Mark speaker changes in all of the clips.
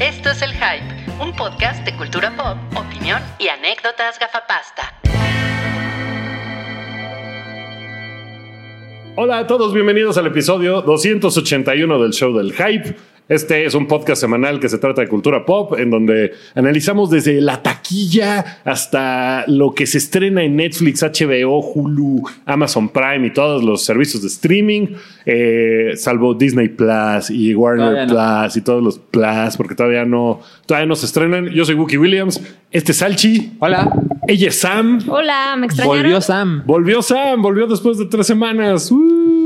Speaker 1: Esto es El Hype, un podcast de cultura pop, opinión y anécdotas gafapasta.
Speaker 2: Hola a todos, bienvenidos al episodio 281 del show del Hype. Este es un podcast semanal que se trata de cultura pop, en donde analizamos desde la taquilla hasta lo que se estrena en Netflix, HBO, Hulu, Amazon Prime y todos los servicios de streaming, eh, salvo Disney Plus y Warner
Speaker 3: Todavía
Speaker 2: Plus y todos los Plus, porque todavía no, todavía no se estrenan. Yo soy Wookie Williams, este es Salchi,
Speaker 3: Hola.
Speaker 2: ella es Sam.
Speaker 4: Hola, me extrañaron.
Speaker 3: Volvió Sam.
Speaker 2: Volvió Sam, volvió después de tres semanas. ¡Uh!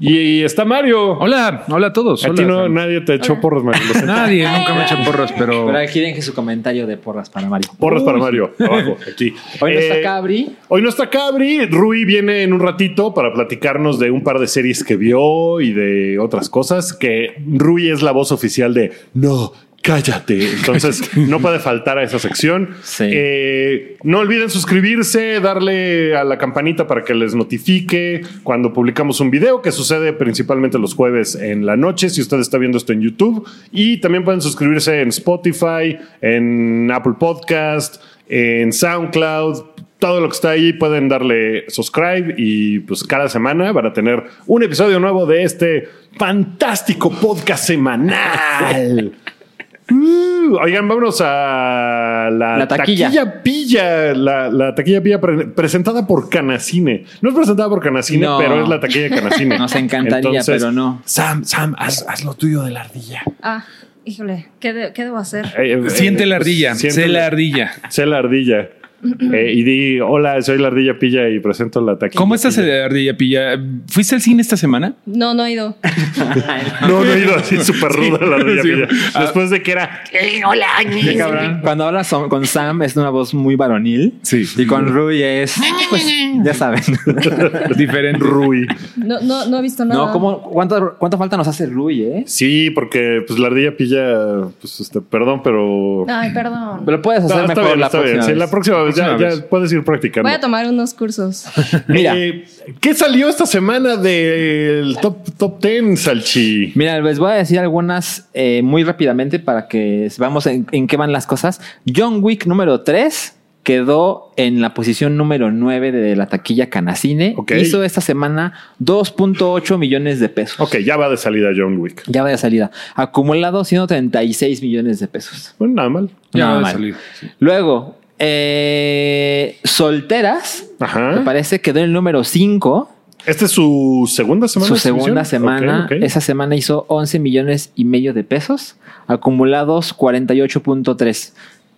Speaker 2: Y, y está Mario.
Speaker 5: Hola, hola a todos.
Speaker 2: a
Speaker 5: hola,
Speaker 2: ti no,
Speaker 5: Sam.
Speaker 2: nadie te echó porros, Mario. lo siento.
Speaker 5: Nadie, nunca me ha hecho porros, pero.
Speaker 3: Pero aquí dejen su comentario de porras para Mario.
Speaker 2: Porras para Mario. Abajo, aquí.
Speaker 3: Hoy no
Speaker 2: Eh,
Speaker 3: está Cabri.
Speaker 2: Hoy no está Cabri. Rui viene en un ratito para platicarnos de un par de series que vio y de otras cosas. Que Rui es la voz oficial de No. Cállate. Entonces, no puede faltar a esa sección.
Speaker 3: Sí.
Speaker 2: Eh, no olviden suscribirse, darle a la campanita para que les notifique cuando publicamos un video que sucede principalmente los jueves en la noche, si usted está viendo esto en YouTube. Y también pueden suscribirse en Spotify, en Apple Podcast, en SoundCloud, todo lo que está ahí pueden darle subscribe y pues cada semana van a tener un episodio nuevo de este fantástico podcast semanal. Uh, oigan, vámonos a la,
Speaker 3: La taquilla.
Speaker 2: pilla, la, la taquilla pilla pre- presentada por Canacine. No es presentada por Canacine,
Speaker 3: No.
Speaker 2: pero es la taquilla de Canacine.
Speaker 3: Nos encantaría,
Speaker 2: Entonces,
Speaker 3: pero no.
Speaker 2: Sam, Sam, haz, haz lo tuyo de la ardilla.
Speaker 4: Ah, híjole, ¿qué, de- qué debo hacer?
Speaker 2: Eh, Ah, eh,
Speaker 5: Siente
Speaker 2: eh,
Speaker 5: la ardilla,
Speaker 2: siente
Speaker 5: sé la ardilla.
Speaker 2: Sé la ardilla. Eh, y di, hola, soy la ardilla pilla y presento la taquilla.
Speaker 5: ¿Cómo estás,
Speaker 2: pilla".
Speaker 5: eh, ardilla pilla? ¿Fuiste al cine esta semana?
Speaker 4: No, no he ido.
Speaker 2: No, no he ido así súper ruda la ardilla
Speaker 5: sí.
Speaker 2: pilla.
Speaker 5: Ah.
Speaker 2: Después de que era
Speaker 3: Cuando hablas so- con Sam es una voz muy varonil.
Speaker 5: Sí.
Speaker 3: Y con Rui es. Pues ya saben.
Speaker 5: Diferente.
Speaker 2: Rui.
Speaker 4: No, no, no he visto nada.
Speaker 3: No, ¿cómo, cuánto, ¿cuánto falta nos hace Rui, eh?
Speaker 2: Sí, porque pues la ardilla pilla, pues este, perdón, pero.
Speaker 4: Ay, perdón.
Speaker 3: Pero puedes hacer
Speaker 2: No,
Speaker 3: mejor la próxima.
Speaker 2: Sí,
Speaker 3: vez.
Speaker 2: la próxima vez, ya-
Speaker 5: Próxima
Speaker 2: ya,
Speaker 5: vez.
Speaker 2: puedes ir practicando.
Speaker 4: Voy a tomar unos cursos.
Speaker 3: Mira.
Speaker 2: Eh, ¿Qué salió esta semana del top, top 10, Salchi?
Speaker 3: Mira, les voy a decir algunas eh, muy rápidamente para que veamos en, en qué van las cosas. John Wick número 3 quedó en la posición número 9 de la taquilla Canacine.
Speaker 2: Ok.
Speaker 3: Hizo esta semana 2.8 millones de pesos.
Speaker 2: Ok, ya va de salida John Wick.
Speaker 3: Ya va de salida. Acumulado 136 millones de pesos.
Speaker 2: Bueno, nada mal.
Speaker 5: Ya
Speaker 3: Nada
Speaker 5: va a
Speaker 3: mal.
Speaker 5: salir.
Speaker 3: Luego, eh, Solteras, me
Speaker 2: Ajá.
Speaker 3: parece, quedó en el número 5.
Speaker 2: Esta es su segunda semana.
Speaker 3: Su
Speaker 2: de
Speaker 3: segunda
Speaker 2: exhibición?
Speaker 3: semana,
Speaker 2: Ok, ok.
Speaker 3: esa semana hizo 11 millones y medio de pesos, acumulados 48.3.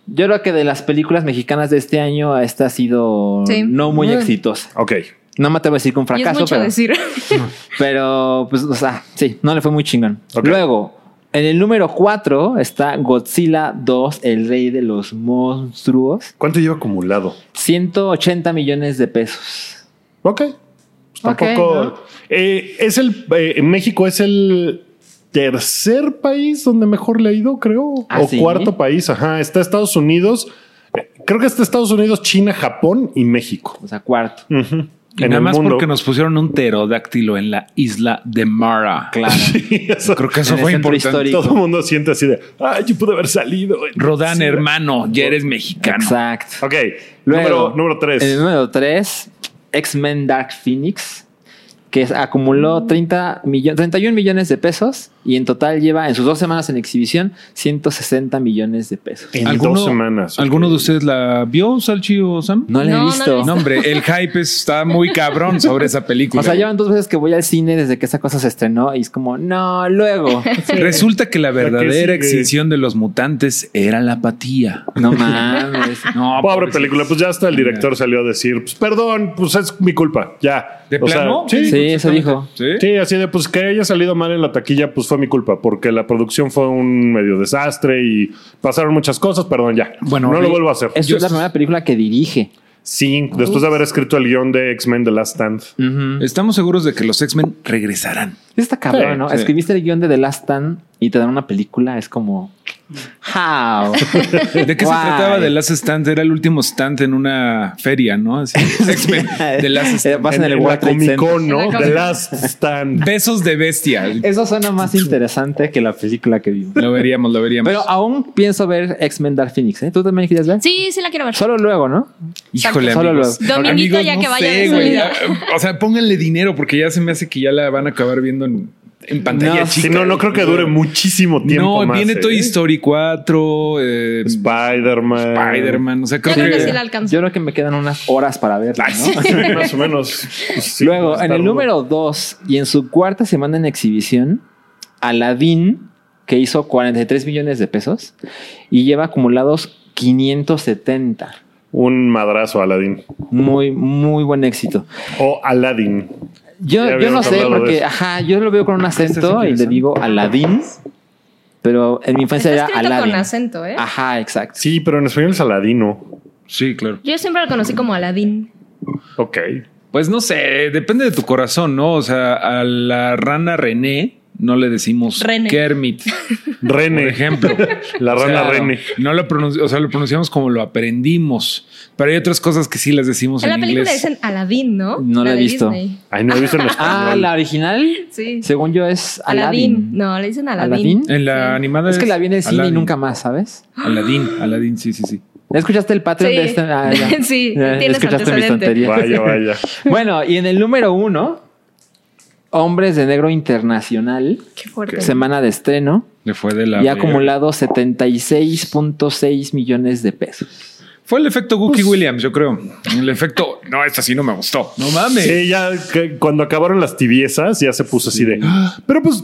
Speaker 3: Yo creo que de las películas mexicanas de este año, esta ha sido
Speaker 4: Sí.
Speaker 3: no muy
Speaker 4: Bueno.
Speaker 3: exitosa.
Speaker 2: Ok.
Speaker 3: No me atrevo a decir que un
Speaker 4: y es
Speaker 3: fracaso,
Speaker 4: mucho
Speaker 3: pero,
Speaker 4: decir.
Speaker 3: pero, pues, o sea, sí, no le fue muy chingón.
Speaker 2: Ok.
Speaker 3: Luego, en el número 4 está Godzilla 2, el rey de los monstruos,
Speaker 2: ¿Cuánto lleva acumulado?
Speaker 3: 180 millones de pesos.
Speaker 2: Ok. Pues
Speaker 3: Ok,
Speaker 2: tampoco.
Speaker 3: ¿no?
Speaker 2: Eh, es el. eh, en México es el tercer país donde mejor le ha ido, creo.
Speaker 3: ¿Ah,
Speaker 2: o
Speaker 3: sí?
Speaker 2: cuarto país. Ajá. Está Estados Unidos. Eh, Creo que está Estados Unidos, China, Japón y México.
Speaker 3: O sea, cuarto.
Speaker 2: Ujú.
Speaker 5: Y nada más porque nos pusieron un pterodáctilo en la isla de Mara.
Speaker 3: Claro.
Speaker 2: Sí, eso-
Speaker 5: Creo que eso
Speaker 3: En el
Speaker 5: fue
Speaker 3: centro
Speaker 5: importante.
Speaker 3: histórico.
Speaker 2: todo el mundo siente así de. Ay, yo pude haber salido.
Speaker 5: Rodán,
Speaker 2: Sí.
Speaker 5: hermano, ya eres mexicano.
Speaker 3: Exacto.
Speaker 2: Ok.
Speaker 3: Luego,
Speaker 2: número, número tres.
Speaker 3: En el número 3, X-Men Dark Phoenix, que es- acumuló 30 millo- 31 millones de pesos y en total lleva en sus dos semanas en exhibición 160 millones de pesos.
Speaker 2: En
Speaker 5: ¿Alguno-
Speaker 2: dos semanas. ok.
Speaker 5: ¿Alguno de ustedes la vio, Salchi o Sam?
Speaker 3: No la
Speaker 4: No,
Speaker 3: he
Speaker 4: no la
Speaker 3: visto.
Speaker 4: he
Speaker 5: No, hombre, el hype está muy cabrón sobre esa película.
Speaker 3: O sea, llevan dos veces que voy al cine desde que esa cosa se estrenó y es como, no, luego.
Speaker 5: Resulta que la
Speaker 2: que
Speaker 5: verdadera
Speaker 2: sigue.
Speaker 5: extinción de los mutantes era la apatía.
Speaker 3: No mames.
Speaker 5: No,
Speaker 2: Pobre película, pues ya hasta el director salió a decir, pues perdón, pues es mi culpa, ya.
Speaker 5: ¿De
Speaker 2: O sea,
Speaker 5: plano?
Speaker 2: sí,
Speaker 3: Sí, eso dijo.
Speaker 5: Sí.
Speaker 2: Sí, así de pues que haya salido mal en la taquilla, pues fue mi culpa, porque la producción fue un medio desastre y pasaron muchas cosas, perdón, ya.
Speaker 5: Bueno,
Speaker 2: no lo
Speaker 5: Rey-
Speaker 2: vuelvo a hacer.
Speaker 3: Esta
Speaker 5: Yo-
Speaker 3: es la primera película que dirige.
Speaker 2: Sí, después de haber escrito el guión de X-Men The Last Stand.
Speaker 5: Estamos seguros de que los X-Men regresarán.
Speaker 3: Está cabrón,
Speaker 2: Sí,
Speaker 3: ¿no?
Speaker 5: sí.
Speaker 3: Escribiste el guión de The Last Stand y te dan una película, es como, How?
Speaker 5: ¿De qué se
Speaker 3: Why?
Speaker 5: trataba The Last Stand? Era el último stand en una feria, ¿no? Así, X-Men, The Last
Speaker 3: Eh,
Speaker 5: Stand.
Speaker 3: vas en el
Speaker 2: la
Speaker 3: World Trade
Speaker 2: Comic
Speaker 3: Center.
Speaker 2: Con, ¿no?
Speaker 4: En la
Speaker 2: The
Speaker 4: Comic-
Speaker 2: Last Stand.
Speaker 5: Besos de bestia.
Speaker 3: Eso suena más interesante que la película que vimos.
Speaker 5: Lo veríamos, lo veríamos.
Speaker 3: Pero ah, aún pienso ver X-Men Dark Phoenix. ¿eh? ¿Tú también querías ver?
Speaker 4: Sí, sí la quiero ver.
Speaker 3: Solo luego, ¿no?
Speaker 5: Híjole,
Speaker 3: Solo
Speaker 5: amigos.
Speaker 3: los-
Speaker 5: Amigos,
Speaker 4: Dominguito, ya
Speaker 5: no
Speaker 4: que vaya
Speaker 5: sé,
Speaker 4: de
Speaker 5: güey.
Speaker 4: salida.
Speaker 5: Ya, O sea, pónganle dinero porque ya se me hace que ya la van a acabar viendo en, en pantalla
Speaker 3: No,
Speaker 5: chica.
Speaker 2: Si no, no creo que dure muchísimo tiempo.
Speaker 5: No,
Speaker 2: más,
Speaker 5: viene
Speaker 2: ¿eh?
Speaker 5: Toy Story 4, eh,
Speaker 2: Spider-Man.
Speaker 5: Spider-Man. O sea, creo
Speaker 4: Yo creo
Speaker 5: que.
Speaker 4: que sí la alcanzo.
Speaker 3: Yo creo que me quedan unas horas para verla. ¿no?
Speaker 2: Sí, más o menos. Pues sí,
Speaker 3: Luego,
Speaker 2: está
Speaker 3: en el
Speaker 2: rudo.
Speaker 3: número 2 y en su cuarta semana en exhibición, Aladdin, que hizo 43 millones de pesos y lleva acumulados 570.
Speaker 2: Un madrazo, Aladdin.
Speaker 3: Muy, muy buen éxito.
Speaker 2: O Aladdin. Ya
Speaker 3: Yo, yo no
Speaker 2: habíamos
Speaker 3: sé,
Speaker 2: hablado de
Speaker 3: porque
Speaker 2: eso.
Speaker 3: ajá, yo lo veo con un acento y le
Speaker 5: interesante.
Speaker 3: digo Aladdin, pero en mi infancia
Speaker 4: Está
Speaker 3: era
Speaker 4: escrito
Speaker 3: Aladdin. Ah.
Speaker 4: con acento, ¿eh?
Speaker 3: Ajá, exacto.
Speaker 2: Sí, pero en español es Aladino.
Speaker 5: Sí, claro.
Speaker 4: Yo siempre lo conocí como Aladín.
Speaker 2: Ok.
Speaker 5: Pues no sé, depende de tu corazón, ¿no? O sea, a la rana René no le decimos
Speaker 4: René.
Speaker 5: Kermit, por
Speaker 2: Rene.
Speaker 5: ejemplo.
Speaker 2: La
Speaker 5: O sea,
Speaker 2: rana Rene.
Speaker 5: No lo pronunciamos, o sea, lo pronunciamos como lo aprendimos. Pero hay otras cosas que sí las decimos
Speaker 4: En
Speaker 5: en,
Speaker 4: la película
Speaker 5: inglés.
Speaker 4: dicen Aladín, ¿no?
Speaker 3: Pues No la he
Speaker 4: de
Speaker 3: visto.
Speaker 4: Disney.
Speaker 2: Ay, no he visto en español.
Speaker 3: Ah, la original,
Speaker 4: Sí.
Speaker 3: según yo, es Aladdin.
Speaker 4: Aladín. No, le dicen Aladín.
Speaker 3: ¿Aladín?
Speaker 5: En la
Speaker 4: Sí.
Speaker 5: animada.
Speaker 3: Es que la vi en el cine y
Speaker 5: Aladdin.
Speaker 3: nunca más, ¿sabes?
Speaker 5: Aladín, Aladín, sí, sí, sí.
Speaker 3: ¿Ya ¿Escuchaste el Patreon
Speaker 4: Sí.
Speaker 3: de este? Ah, ya.
Speaker 4: Sí,
Speaker 3: Ya,
Speaker 4: tienes
Speaker 3: escuchaste mis
Speaker 4: antecedente.
Speaker 2: Vaya,
Speaker 3: tonterías.
Speaker 2: vaya.
Speaker 3: Bueno, y en el número uno, Hombres de Negro Internacional,
Speaker 4: Qué fuerte.
Speaker 3: semana de estreno,
Speaker 5: Le fue de la.
Speaker 3: y ha
Speaker 5: verga.
Speaker 3: acumulado 76.6 millones de pesos.
Speaker 5: Fue el efecto Gookie
Speaker 2: Pues-
Speaker 5: Williams, yo creo. El efecto. No, esta sí no me gustó. No mames.
Speaker 2: Sí, ya que cuando acabaron las tibiezas, ya se puso así de. "Ah", Pero pues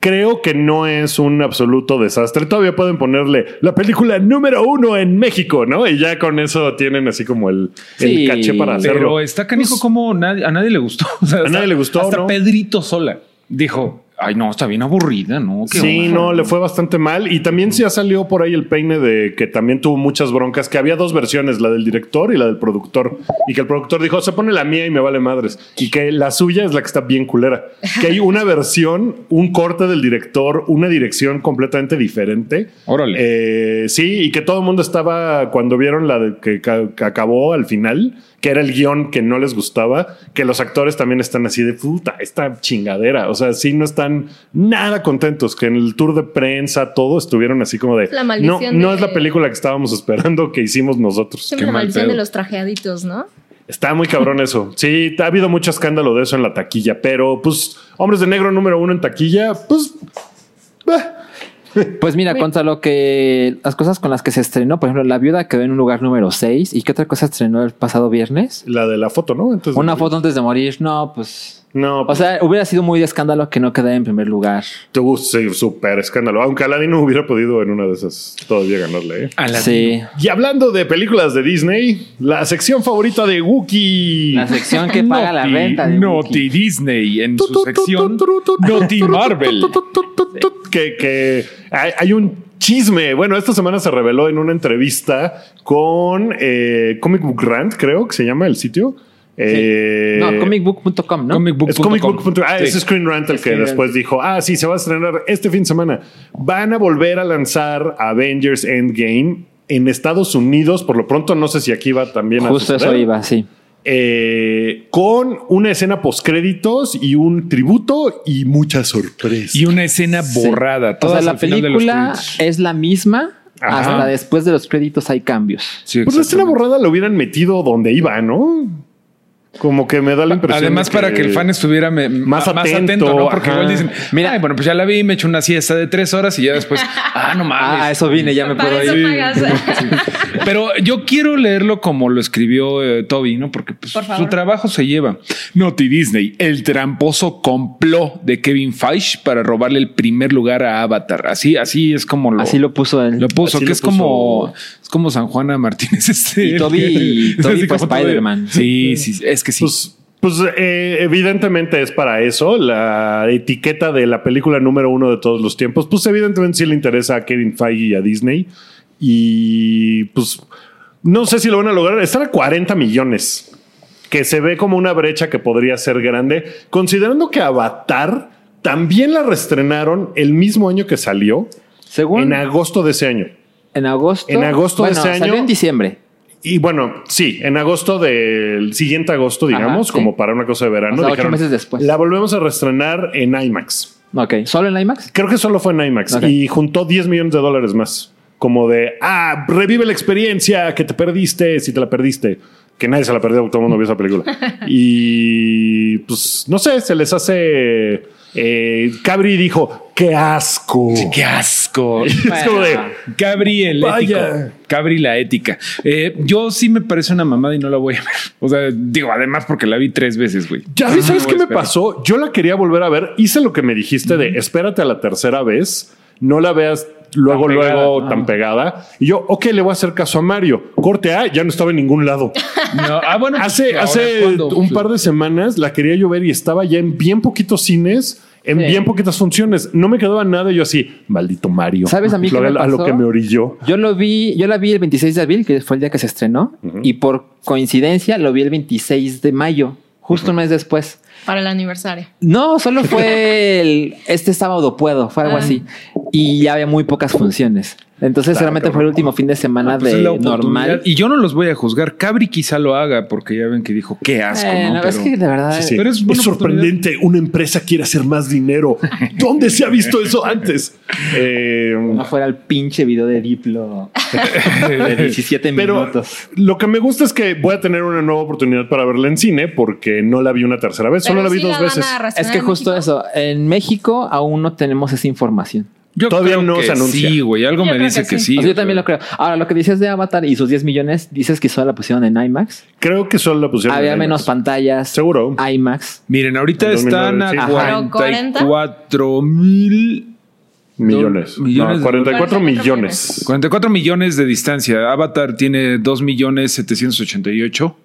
Speaker 2: creo que no es un absoluto desastre. Todavía pueden ponerle la película número uno en México, ¿no? Y ya con eso tienen así como el, el
Speaker 3: Sí,
Speaker 2: caché para hacerlo.
Speaker 5: Pero está canijo como nadie, a nadie le gustó. O sea,
Speaker 2: pues- A
Speaker 5: hasta-
Speaker 2: nadie le gustó,
Speaker 5: Hasta
Speaker 2: ¿no?
Speaker 5: Pedrito Sola dijo: Ay, no, está bien aburrida, ¿no? ¿Qué
Speaker 2: Sí,
Speaker 5: onda?".
Speaker 2: no, le fue bastante mal. Y también ya salió por ahí el peine de que también tuvo muchas broncas, que había dos versiones, la del director y la del productor. Y que el productor dijo, se pone la mía y me vale madres. Y que la suya es la que está bien culera. Que hay una versión, un corte del director, una dirección completamente diferente.
Speaker 5: Órale.
Speaker 2: Eh, sí, y que todo el mundo estaba, cuando vieron la de- que, ca- que acabó al final, que era el guión que no les gustaba, que los actores también están así de puta, esta chingadera. O sea, sí, no están nada contentos, que en el tour de prensa todo estuvieron así como de...
Speaker 4: La
Speaker 2: no,
Speaker 4: maldición
Speaker 2: no
Speaker 4: de-
Speaker 2: es la película que estábamos esperando que hicimos nosotros.
Speaker 4: Siempre
Speaker 5: Qué
Speaker 4: la
Speaker 5: mal
Speaker 4: maldición
Speaker 5: pedo.
Speaker 4: de los trajeaditos, ¿no?
Speaker 2: Está muy cabrón eso. Sí, ha habido mucho escándalo de eso en la taquilla, pero pues Hombres de Negro número uno en taquilla, pues... bah.
Speaker 3: Pues mira, contra lo que las cosas con las que se estrenó, por ejemplo, La Viuda quedó en un lugar número 6. ¿Y qué otra cosa estrenó el pasado viernes?
Speaker 2: La de la foto, Pues ¿no? Entonces,
Speaker 3: Una foto antes de morir. No, pues.
Speaker 2: No,
Speaker 3: O sea, hubiera sido muy de escándalo que no quedara en primer lugar.
Speaker 2: Tuvo sí, súper escándalo. Aunque Aladdin no hubiera podido en una de esas todavía ganarle. ¿eh?
Speaker 5: Aladín.
Speaker 3: Sí.
Speaker 2: Y hablando de películas de Disney, la sección favorita de Wookiee.
Speaker 3: La sección que paga la
Speaker 5: Naughty-
Speaker 3: renta. de
Speaker 5: Naughty
Speaker 3: Wookiee.
Speaker 5: Disney en su sección Naughty
Speaker 2: Naughty
Speaker 5: Marvel.
Speaker 2: Que, que hay, hay un chisme. Bueno, esta semana se reveló en una entrevista con eh, Comic Book Rant, creo que se llama el sitio. Eh,
Speaker 3: No, comicbook.com, ¿no?
Speaker 5: Comicbook
Speaker 2: Es comicbook.com. Ah,
Speaker 5: Sí.
Speaker 2: es Screen Rant el que
Speaker 3: Screen Rant.
Speaker 2: después dijo, ah, sí, se va a estrenar este fin de semana. Van a volver a lanzar Avengers Endgame en Estados Unidos. Por lo pronto, no sé si aquí va también a
Speaker 3: Justo eso
Speaker 2: suceder.
Speaker 3: iba, sí.
Speaker 2: Eh, con una escena postcréditos y un tributo y muchas sorpresas.
Speaker 5: Y una escena
Speaker 3: Sí.
Speaker 5: borrada.
Speaker 3: O
Speaker 5: Toda
Speaker 3: sea, la película es la misma.
Speaker 2: Ajá.
Speaker 3: Hasta después de los créditos hay cambios.
Speaker 2: Pues la escena borrada la hubieran metido donde iba, ¿no? Como que me da la impresión.
Speaker 5: Además,
Speaker 2: de
Speaker 5: para que el fan estuviera me-
Speaker 2: más
Speaker 5: ma-
Speaker 2: atento,
Speaker 5: ¿no? Porque
Speaker 2: ajá.
Speaker 5: igual dicen, mira, bueno, pues ya la vi, me echo una siesta de tres horas y ya después, ah, no mames.
Speaker 3: Ah, a eso vine, ya me puedo
Speaker 4: Para eso
Speaker 3: ir.
Speaker 4: pagas.
Speaker 5: Pero yo quiero leerlo como lo escribió eh, Toby, ¿no? Porque pues,
Speaker 4: Por favor.
Speaker 5: su trabajo se lleva. Naughty Disney, el tramposo complot de Kevin Feige para robarle el primer lugar a Avatar. Así, así es como lo,
Speaker 3: Así lo puso él.
Speaker 5: lo puso,
Speaker 2: así
Speaker 5: que
Speaker 2: lo
Speaker 5: es como
Speaker 2: puso.
Speaker 5: es como San Juana Martínez. Este,
Speaker 3: Y Toby-
Speaker 5: el-
Speaker 3: Toby
Speaker 5: así
Speaker 3: fue
Speaker 5: como Toby.
Speaker 3: Spider-Man.
Speaker 5: Sí, sí, es que sí.
Speaker 2: Pues, pues, eh, evidentemente es para eso. La etiqueta de la película número uno de todos los tiempos, pues evidentemente sí le interesa a Kevin Feige y a Disney. Y pues no sé si lo van a lograr. Están a 40 millones, que se ve como una brecha que podría ser grande, considerando que Avatar también la restrenaron el mismo año que salió.
Speaker 3: Según
Speaker 2: en agosto de ese año.
Speaker 3: en agosto.
Speaker 2: en agosto de
Speaker 3: Bueno,
Speaker 2: ese
Speaker 3: salió
Speaker 2: año-
Speaker 3: en diciembre.
Speaker 2: Y bueno, sí, en agosto del siguiente agosto, digamos,
Speaker 3: sí.
Speaker 2: como para una cosa de verano.
Speaker 3: O sea, ocho
Speaker 2: dijeron,
Speaker 3: meses después.
Speaker 2: La volvemos a reestrenar en IMAX.
Speaker 3: Ok. ¿Solo en la IMAX?
Speaker 2: Creo que solo fue en IMAX
Speaker 3: Ok.
Speaker 2: y juntó 10 millones de dólares más. Como de, ah, revive la experiencia que te perdiste, si te la perdiste. Que nadie se la perdió, todo el mundo vio esa película. y pues, no sé, se les hace... eh, Cabri dijo, qué asco.
Speaker 5: ¡Qué asco!
Speaker 2: Es como de,
Speaker 3: Bueno.
Speaker 5: Cabri el
Speaker 2: Vaya.
Speaker 5: ético. Cabri la ética. Eh, yo sí me parece una mamada y no la voy a ver. O sea, digo, además porque la vi tres veces, güey.
Speaker 2: Ya
Speaker 5: Ajá,
Speaker 2: sabes
Speaker 5: güey,
Speaker 2: qué me
Speaker 5: espera.
Speaker 2: pasó. Yo la quería volver a ver. Hice lo que me dijiste de espérate a la tercera vez, no la veas luego,
Speaker 5: pegada,
Speaker 2: luego
Speaker 5: ah.
Speaker 2: tan pegada. Y yo, ok, le voy a hacer caso a Mario. Corte A, ya no estaba en ningún lado.
Speaker 5: No, ah, bueno,
Speaker 2: Hace,
Speaker 5: pues,
Speaker 2: hace
Speaker 5: ahora, ¿cuándo?
Speaker 2: un par de semanas la quería yo ver y estaba ya en bien poquitos cines, en
Speaker 3: Sí.
Speaker 2: bien poquitas funciones. No me quedaba nada. y Yo así, maldito Mario.
Speaker 3: ¿Sabes a mí
Speaker 2: Lo-
Speaker 3: qué me
Speaker 2: a lo
Speaker 3: pasó?
Speaker 2: que me orilló.
Speaker 3: Yo lo vi, yo la vi el 26 de abril, que fue el día que se estrenó, y por coincidencia lo vi el 26 de mayo, justo un mes después.
Speaker 4: Para el aniversario.
Speaker 3: No, solo fue el, este sábado puedo, fue algo
Speaker 4: Ah.
Speaker 3: así. Y ya había muy pocas funciones. Entonces
Speaker 2: Claro,
Speaker 3: realmente fue el último fin de semana
Speaker 5: Ah, pues,
Speaker 3: de
Speaker 5: es la oportunidad.
Speaker 3: normal.
Speaker 5: Y yo no los voy a juzgar. Cabri quizá lo haga porque ya ven que dijo qué asco.
Speaker 3: Eh,
Speaker 5: ¿no?
Speaker 3: no, Es
Speaker 5: Pero-
Speaker 3: que de verdad...
Speaker 2: Sí, sí.
Speaker 5: Pero es
Speaker 2: es,
Speaker 5: buena
Speaker 2: sorprendente. Una empresa quiere hacer más dinero. ¿Dónde se ha visto eso antes? Eh,
Speaker 3: No fuera el pinche video de Diplo de 17 minutos.
Speaker 2: lo que me gusta es que voy a tener una nueva oportunidad para verla en cine porque no la vi una tercera vez, solo
Speaker 4: Pero
Speaker 2: la vi
Speaker 4: sí
Speaker 2: dos
Speaker 4: van
Speaker 2: veces.
Speaker 4: a arrastrar
Speaker 3: Es que
Speaker 4: en
Speaker 3: justo eso,
Speaker 4: México.
Speaker 3: en México aún no tenemos esa información.
Speaker 5: Yo
Speaker 2: Todavía
Speaker 5: creo
Speaker 2: no
Speaker 5: que
Speaker 2: se anuncia.
Speaker 5: Sí, güey. Algo
Speaker 4: Yo
Speaker 5: me
Speaker 4: creo
Speaker 5: dice
Speaker 4: que
Speaker 5: que
Speaker 4: sí.
Speaker 5: sí.
Speaker 3: O sea, yo también lo creo. Ahora, lo que decías de Avatar y sus 10 millones, dices que solo la pusieron en IMAX.
Speaker 2: Creo que solo la pusieron.
Speaker 3: Había
Speaker 2: en
Speaker 3: menos
Speaker 2: IMAX.
Speaker 3: pantallas.
Speaker 2: Seguro.
Speaker 3: IMAX.
Speaker 5: Miren, ahorita
Speaker 2: En
Speaker 5: están
Speaker 2: 2009,
Speaker 5: a
Speaker 2: sí.
Speaker 4: Ajá.
Speaker 5: 44 mil.
Speaker 2: Millones.
Speaker 5: No,
Speaker 2: No,
Speaker 5: millones de
Speaker 2: 44
Speaker 4: dólares.
Speaker 2: millones.
Speaker 5: 44 millones de distancia. Avatar tiene 2 millones 788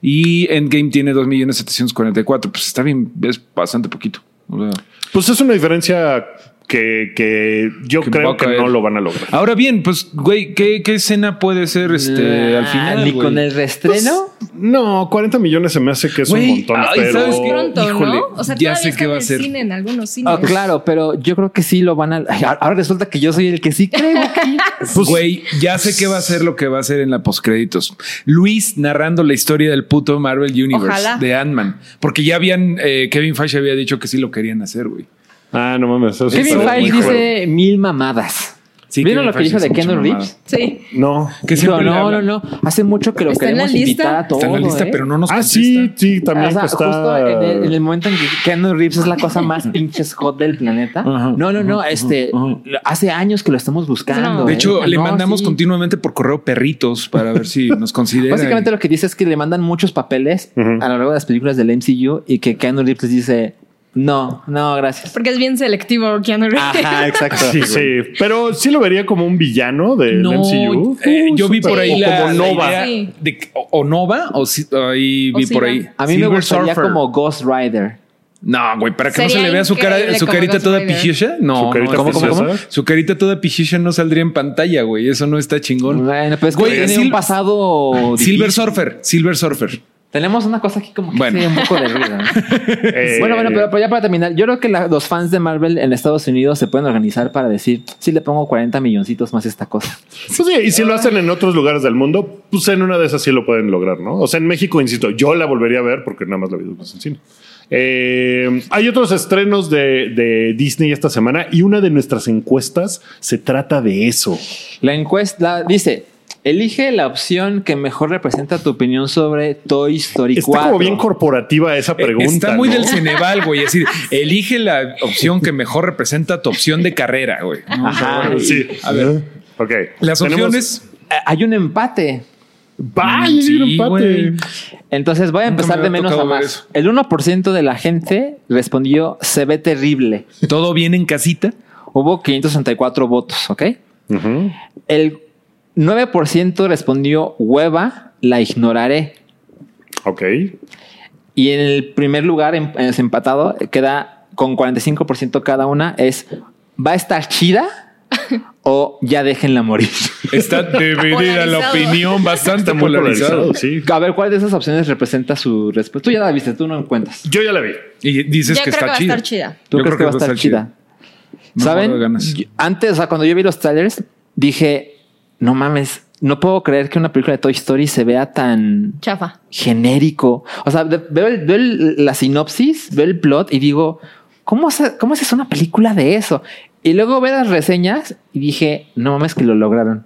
Speaker 5: y Endgame tiene 2 millones 744. Pues está bien, es bastante poquito. O sea,
Speaker 2: Pues es una diferencia que, que yo
Speaker 5: Que va
Speaker 2: creo
Speaker 5: a
Speaker 2: que
Speaker 5: caer.
Speaker 2: no lo van a lograr.
Speaker 3: ¿Ah,
Speaker 5: ahora bien, pues, güey, ¿qué, qué escena puede ser este
Speaker 3: Ah,
Speaker 5: al final?
Speaker 3: Ni
Speaker 5: güey?
Speaker 3: con el reestreno.
Speaker 4: Pues,
Speaker 2: No, 40 millones se me hace que es
Speaker 5: Güey,
Speaker 2: un montón,
Speaker 5: ay,
Speaker 2: pero
Speaker 5: ¿sabes qué?
Speaker 4: Pronto,
Speaker 5: Híjole,
Speaker 4: ¿no? O sea,
Speaker 5: ya
Speaker 4: todavía
Speaker 5: sé
Speaker 4: está
Speaker 5: qué
Speaker 4: en
Speaker 5: va a
Speaker 4: el
Speaker 5: ser.
Speaker 4: cine en algunos cines.
Speaker 3: Ah, claro, pero yo creo que sí lo van a. Ay, Ahora resulta que yo soy el que sí creo.
Speaker 5: Pues, güey, ya sé qué va a ser lo que va a ser en la postcréditos. Luis narrando la historia del puto Marvel Universe
Speaker 4: Ojalá.
Speaker 5: de Ant-Man. Porque ya habían, eh, Kevin Feige había dicho que sí lo querían hacer, güey.
Speaker 2: Ah, no mames.
Speaker 5: Pues
Speaker 2: eso
Speaker 3: Kevin
Speaker 2: está
Speaker 3: Feige
Speaker 2: muy fuerte.
Speaker 3: dice mil mamadas.
Speaker 5: Sí,
Speaker 3: ¿Vieron
Speaker 5: Kevin
Speaker 3: lo que
Speaker 5: Feige
Speaker 3: dijo de
Speaker 5: es mucha
Speaker 3: Kendall
Speaker 5: mamada.
Speaker 3: Reeves?
Speaker 4: Sí.
Speaker 2: No.
Speaker 5: Que
Speaker 3: Dijo,
Speaker 5: siempre le
Speaker 3: no, no,
Speaker 5: habla.
Speaker 3: no. Hace mucho que lo
Speaker 4: ¿Está en la
Speaker 3: queremos
Speaker 4: lista?
Speaker 3: invitar a todos.
Speaker 5: Está en la lista,
Speaker 3: ¿eh?
Speaker 5: pero no nos
Speaker 2: Ah,
Speaker 5: contesta.
Speaker 2: sí, sí, también
Speaker 3: O sea,
Speaker 2: que está.
Speaker 3: justo en el, en el momento en que Keanu Reeves es la cosa más pinches hot del planeta.
Speaker 5: Ajá,
Speaker 3: no, no, no. Este
Speaker 5: ajá.
Speaker 3: lo- hace años que lo estamos buscando.
Speaker 4: No.
Speaker 5: De
Speaker 3: ¿eh?
Speaker 5: hecho, le
Speaker 3: No,
Speaker 5: mandamos
Speaker 3: sí.
Speaker 5: continuamente por correo perritos para ver si nos considera.
Speaker 3: Básicamente lo que dice es que le mandan muchos papeles
Speaker 2: Ujú.
Speaker 3: a lo largo de las películas del MCU y que Keanu Reeves les dice no, no, gracias.
Speaker 4: Porque es bien selectivo Keanu Reeves.
Speaker 3: Ajá, exacto.
Speaker 2: Sí, sí, pero sí lo vería como un villano del
Speaker 5: No,
Speaker 2: MCU.
Speaker 5: eh, yo vi
Speaker 2: Súper.
Speaker 5: por ahí
Speaker 2: O
Speaker 5: la,
Speaker 2: como
Speaker 5: la
Speaker 2: Nova.
Speaker 5: idea
Speaker 4: Sí.
Speaker 5: de que- o, o Nova o si- ahí
Speaker 4: O
Speaker 5: vi
Speaker 4: Sivan.
Speaker 5: por ahí.
Speaker 3: A mí
Speaker 5: Silver
Speaker 3: me gustaría
Speaker 5: Surfer.
Speaker 3: como Ghost Rider.
Speaker 5: No, güey, para que no
Speaker 4: Sería
Speaker 5: se le vea su cara,
Speaker 4: increíble
Speaker 5: su
Speaker 4: como
Speaker 5: carita
Speaker 4: Ghost
Speaker 5: toda
Speaker 4: Rider.
Speaker 5: pijucha. No,
Speaker 2: ¿Su carita
Speaker 5: no, ¿cómo, cómo,
Speaker 2: preciosa?
Speaker 5: cómo? Su carita toda pijucha no saldría en pantalla, güey. Eso no está chingón.
Speaker 3: Bueno, pero es que
Speaker 5: Güey,
Speaker 3: tiene
Speaker 5: Sil-
Speaker 3: un pasado.
Speaker 5: Silver
Speaker 3: difícil.
Speaker 5: Surfer, Silver Surfer.
Speaker 3: Tenemos una cosa aquí como que
Speaker 5: Bueno.
Speaker 3: hace un poco de ruido. ¿no?
Speaker 2: Eh,
Speaker 3: Bueno, bueno, pero, pero ya para terminar, yo creo que la- los fans de Marvel en Estados Unidos se pueden organizar para decir, si le pongo 40 milloncitos más a esta cosa.
Speaker 2: pues sí, y si lo hacen en otros lugares del mundo, pues en una de esas sí lo pueden lograr, ¿no? O sea, en México, insisto, yo la volvería a ver porque nada más la vi dos veces en cine. Eh, hay otros estrenos de, de Disney esta semana y una de nuestras encuestas se trata de eso.
Speaker 3: La encuesta dice, elige la opción que mejor representa tu opinión sobre Toy Story
Speaker 2: Está
Speaker 3: 4.
Speaker 2: como bien corporativa esa pregunta.
Speaker 5: Eh, Está muy
Speaker 2: ¿no?
Speaker 5: del Ceneval, güey. Es decir, elige la opción que mejor representa tu opción de carrera, güey. No,
Speaker 3: Ajá.
Speaker 5: o sea,
Speaker 2: Sí.
Speaker 5: A ver.
Speaker 2: Ok.
Speaker 5: Las
Speaker 2: Tenemos-
Speaker 5: opciones.
Speaker 3: Ah, Hay un empate.
Speaker 2: Vaya,
Speaker 5: Sí,
Speaker 2: un empate.
Speaker 5: güey.
Speaker 3: Entonces voy a
Speaker 5: Nunca
Speaker 3: empezar
Speaker 5: me
Speaker 3: de
Speaker 5: había
Speaker 3: menos a
Speaker 5: tocado ver
Speaker 3: más.
Speaker 5: eso.
Speaker 3: El 1% de la gente respondió, se ve terrible.
Speaker 5: Todo bien en casita.
Speaker 3: Hubo 564 votos, ¿ok?
Speaker 2: Ujú.
Speaker 3: El 9% respondió, hueva, la ignoraré.
Speaker 2: Ok.
Speaker 3: Y en el primer lugar, en, en ese empatado, queda con 45% cada una, es ¿va a estar chida? o ya déjenla morir.
Speaker 5: Está dividida la
Speaker 4: Polarizado.
Speaker 5: opinión, bastante
Speaker 2: Está muy
Speaker 5: polarizado.
Speaker 2: polarizado, sí.
Speaker 3: A ver, ¿cuál de esas opciones representa su respuesta? Tú ya la viste, tú no encuentras.
Speaker 2: Yo ya la vi.
Speaker 5: Y dices
Speaker 4: Ya
Speaker 5: que
Speaker 4: creo que
Speaker 5: está
Speaker 4: va a
Speaker 5: chido.
Speaker 4: estar chida.
Speaker 3: ¿Tú
Speaker 5: Yo
Speaker 3: crees
Speaker 5: creo que
Speaker 3: que va a estar chida?
Speaker 5: Me
Speaker 3: ¿Saben?
Speaker 5: muero de ganas.
Speaker 3: Yo- antes, o sea, cuando yo vi los trailers, dije, no mames, no puedo creer que una película de Toy Story se vea tan
Speaker 4: Chafa.
Speaker 3: genérico. O sea, de- veo, el- veo el- la sinopsis, veo el plot y digo, ¿cómo se, ¿cómo se hace una película de eso? Y luego veo las reseñas y dije, no mames que lo lograron.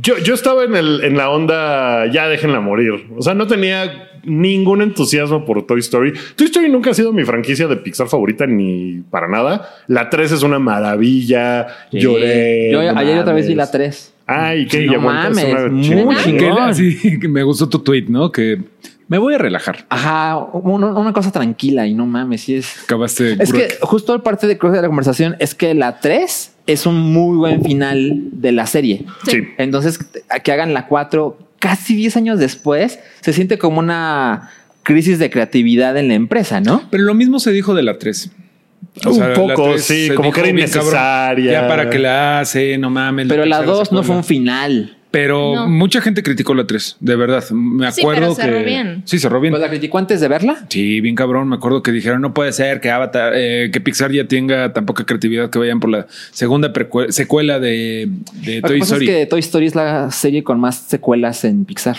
Speaker 2: Yo, yo estaba en, el, en la onda, ya déjenla morir. O sea, no tenía ningún entusiasmo por Toy Story. Toy Story nunca ha sido mi franquicia de Pixar favorita ni para nada. La 3 es una maravilla. Lloré.
Speaker 3: Yo
Speaker 2: no
Speaker 3: ayer otra vez vi la
Speaker 2: mames.
Speaker 3: 3.
Speaker 2: Ay, qué
Speaker 3: No
Speaker 2: Y aguantas
Speaker 3: mames,
Speaker 2: una
Speaker 3: muy
Speaker 2: chingada.
Speaker 3: chingón.
Speaker 5: Que- así que me gustó tu tweet, ¿no? Que me voy a relajar.
Speaker 3: Ajá, una, una cosa tranquila y no mames, sí es.
Speaker 5: Acabaste.
Speaker 3: Es que
Speaker 5: Gurek.
Speaker 3: justo parte de creo que de la conversación es que la 3 es un muy buen final de la serie.
Speaker 2: Sí.
Speaker 3: Entonces, a que hagan la 4 casi 10 años después, se siente como una crisis de creatividad en la empresa, ¿no?
Speaker 5: Pero lo mismo se dijo de la 3.
Speaker 2: Un poco, sí, como que era innecesaria.
Speaker 5: Ya para que la hace, no mames.
Speaker 3: Pero la 2 no fue un
Speaker 5: fin.
Speaker 3: final.
Speaker 5: Pero
Speaker 4: No.
Speaker 5: mucha gente criticó la 3, de verdad. Me
Speaker 4: Sí,
Speaker 5: acuerdo
Speaker 4: pero cerró
Speaker 5: que.
Speaker 4: bien.
Speaker 5: Sí, cerró bien.
Speaker 3: ¿Pues la criticó antes de verla?
Speaker 5: Sí, bien cabrón. Me acuerdo que dijeron no puede ser que Avatar, eh, que Pixar ya tenga tan poca creatividad que vayan por la segunda precue- secuela de, de
Speaker 3: Lo que
Speaker 5: Toy
Speaker 3: pasa
Speaker 5: Story.
Speaker 3: es que Toy Story es la serie con más secuelas en Pixar.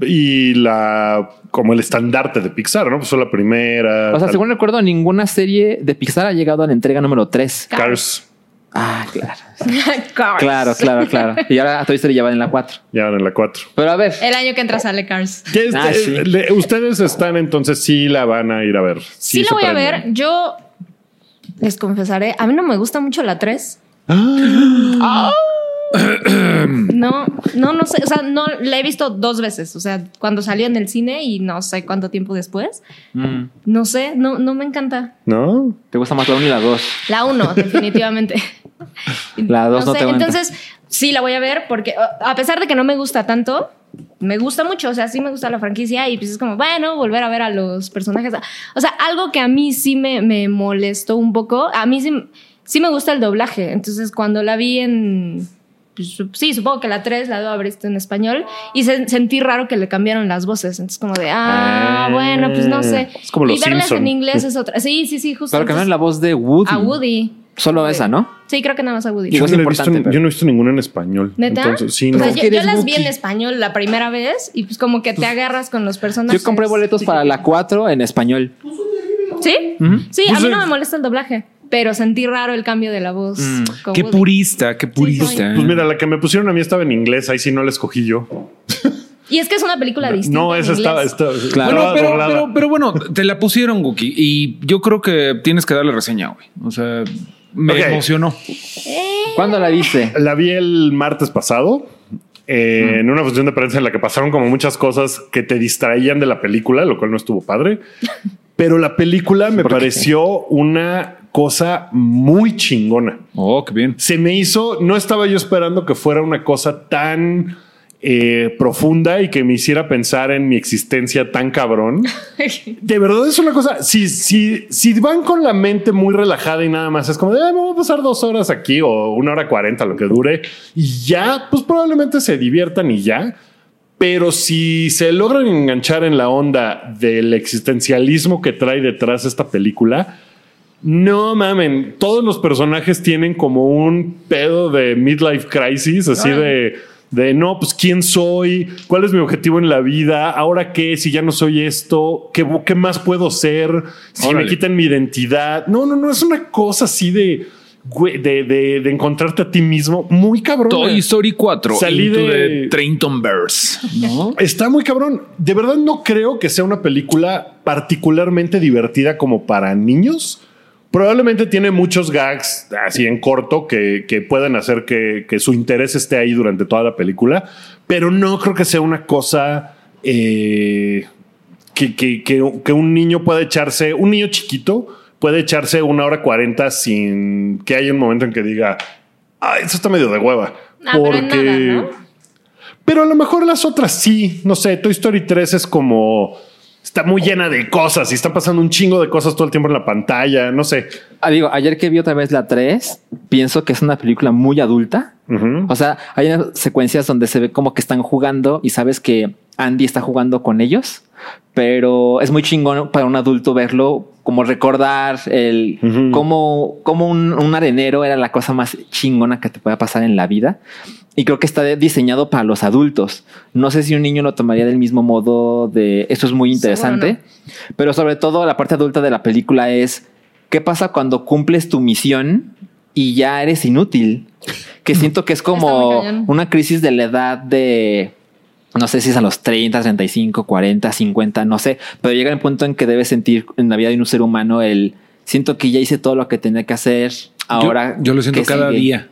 Speaker 2: Y la como el estandarte de Pixar, ¿no? Pues fue la primera.
Speaker 3: O sea,
Speaker 2: tal-
Speaker 3: según recuerdo, ninguna serie de Pixar ha llegado a la entrega número 3.
Speaker 2: Cars.
Speaker 3: Ah, claro.
Speaker 4: Cars.
Speaker 3: Claro, claro, claro. Y ahora Toy Story ya va en la 4.
Speaker 2: Ya van en la 4.
Speaker 3: Pero a ver,
Speaker 4: El año que entra sale Cars.
Speaker 2: ¿Qué es-
Speaker 3: Ah,
Speaker 2: eh,
Speaker 3: sí.
Speaker 2: le- ustedes están entonces sí la van a ir a ver.
Speaker 4: Sí, la
Speaker 2: se
Speaker 4: voy a
Speaker 2: prenden.
Speaker 4: ver. Yo les confesaré, a mí no me gusta mucho la 3. No, no, no sé. O sea, no la he visto dos veces. O sea, cuando salió en el cine y no sé cuánto tiempo después.
Speaker 3: mm,
Speaker 4: No sé, no, no me encanta.
Speaker 2: ¿No?
Speaker 3: ¿te gusta más la 1 y la 2?
Speaker 4: La 1, definitivamente.
Speaker 3: La dos no te aguanta.
Speaker 4: Entonces, sí la voy a ver porque uh, a pesar de que no me gusta tanto, me gusta mucho. O sea, sí me gusta la franquicia y pues es como, bueno, volver a ver a los personajes. O sea, algo que a mí sí me, me molestó un poco. A mí sí, sí me gusta el doblaje. Entonces, cuando la vi en... pues, su- sí, supongo que la 3 la debo haber visto en español y se- sentí raro que le cambiaron las voces. Entonces, como de,
Speaker 2: Ah,
Speaker 4: ah,
Speaker 3: Eh.
Speaker 4: bueno, pues no sé.
Speaker 2: es como los
Speaker 4: y verlas
Speaker 2: Simpson.
Speaker 4: en inglés es otra. Sí, sí, sí, justo.
Speaker 3: Pero cambiaron
Speaker 4: Pues Entonces,
Speaker 3: la voz de Woody.
Speaker 4: a Woody.
Speaker 3: Solo esa, ¿no?
Speaker 4: Sí, creo que nada más a Woody.
Speaker 3: Y
Speaker 2: Yo
Speaker 3: es
Speaker 2: no, la he visto,
Speaker 3: importante,
Speaker 2: en-
Speaker 3: pero-
Speaker 2: yo no he visto ninguna en español.
Speaker 4: ¿Neta? Pues
Speaker 2: Entonces, sí,
Speaker 4: O sea,
Speaker 2: no.
Speaker 3: Es
Speaker 4: yo,
Speaker 3: que
Speaker 4: yo
Speaker 3: eres
Speaker 4: las vi en
Speaker 3: Wookiee.
Speaker 4: español la primera vez y pues como que te agarras con los personajes.
Speaker 3: Yo compré boletos para la 4 en español.
Speaker 4: ¿Sí?
Speaker 5: Pues
Speaker 4: Sí, a mí no me molesta el doblaje, pero sentí raro el cambio de la voz. con
Speaker 5: Mm, Qué
Speaker 4: Woody.
Speaker 5: purista, qué purista. ¿eh?
Speaker 2: Pues mira, la que me pusieron a mí estaba en inglés, ahí sí no la escogí yo.
Speaker 4: Y es que es una película distinta.
Speaker 2: No,
Speaker 4: en
Speaker 2: esa
Speaker 4: inglés.
Speaker 2: estaba, estaba,
Speaker 3: Claro.
Speaker 5: Bueno,
Speaker 2: estaba
Speaker 5: pero,
Speaker 2: doblada.
Speaker 5: pero- pero bueno, te la pusieron, Guki, y yo creo que tienes que darle reseña, güey. O sea, me
Speaker 2: Ok.
Speaker 5: emocionó.
Speaker 3: ¿Cuándo la
Speaker 4: Eh.
Speaker 3: viste?
Speaker 2: La vi el martes pasado eh, en una función de prensa en la que pasaron como muchas cosas que te distraían de la película, lo cual no estuvo padre. Pero la película me
Speaker 3: ¿Por qué?
Speaker 2: pareció una cosa muy chingona.
Speaker 5: Oh, qué bien.
Speaker 2: Se me hizo, no estaba yo esperando que fuera una cosa tan eh, profunda y que me hiciera pensar en mi existencia tan cabrón. De verdad es una cosa, si, si, si van con la mente muy relajada y nada más es como, de, "Ah, me voy a pasar dos horas aquí o una hora cuarenta, lo que dure, y ya, pues probablemente se diviertan y ya. Pero si se logran enganchar en la onda del existencialismo que trae detrás esta película, no mamen, todos los personajes tienen como un pedo de midlife crisis, así de, de no, pues quién soy, cuál es mi objetivo en la vida, ahora qué, si ya no soy esto, qué, bu- qué más puedo ser, si
Speaker 5: Órale.
Speaker 2: me quitan mi identidad. No, no, no, es una cosa así de, güey, de, de- de encontrarte a ti mismo, muy cabrón.
Speaker 5: Toy Story 4.
Speaker 2: Salí
Speaker 5: Into
Speaker 2: de-
Speaker 5: the Trentonverse. ¿no?
Speaker 2: Está muy cabrón. De verdad no creo que sea una película particularmente divertida como para niños. Probablemente tiene muchos gags así en corto que, que pueden hacer que, que su interés esté ahí durante toda la película, pero no creo que sea una cosa eh, que, que- que- que un niño pueda echarse, un niño chiquito puede echarse una hora cuarenta sin que haya un momento en que diga, ah, eso está medio de hueva.
Speaker 4: Ah, pero en nada, ¿no?
Speaker 2: Pero a lo mejor las otras sí. No sé, Toy Story 3 es como. Está muy llena de cosas y está pasando un chingo de cosas todo el tiempo en la pantalla. No sé.
Speaker 3: Ah, digo, ayer que vi otra vez la 3, pienso que es una película muy adulta.
Speaker 2: Ujú.
Speaker 3: O sea, hay unas secuencias donde se ve como que están jugando y sabes que Andy está jugando con ellos, pero es muy chingón para un adulto verlo como recordar el
Speaker 2: Ujú.
Speaker 3: cómo, cómo un, un arenero era la cosa más chingona que te pueda pasar en la vida. Y creo que está de- diseñado para los adultos. No sé si un niño lo tomaría del mismo modo de esto es muy interesante,
Speaker 4: Seguro
Speaker 3: pero sobre todo la parte adulta de la película es qué pasa cuando cumples tu misión y ya eres inútil. Que siento que es
Speaker 4: Está
Speaker 3: como
Speaker 4: muy cañón.
Speaker 3: una crisis de la edad de no sé si es a los 30, 35, 40, 50, no sé, pero llega el punto en que debes sentir en la vida de un ser humano el siento que ya hice todo lo que tenía que hacer. Ahora
Speaker 5: yo, yo lo siento
Speaker 3: ¿qué
Speaker 5: cada
Speaker 3: sigue?".
Speaker 5: día.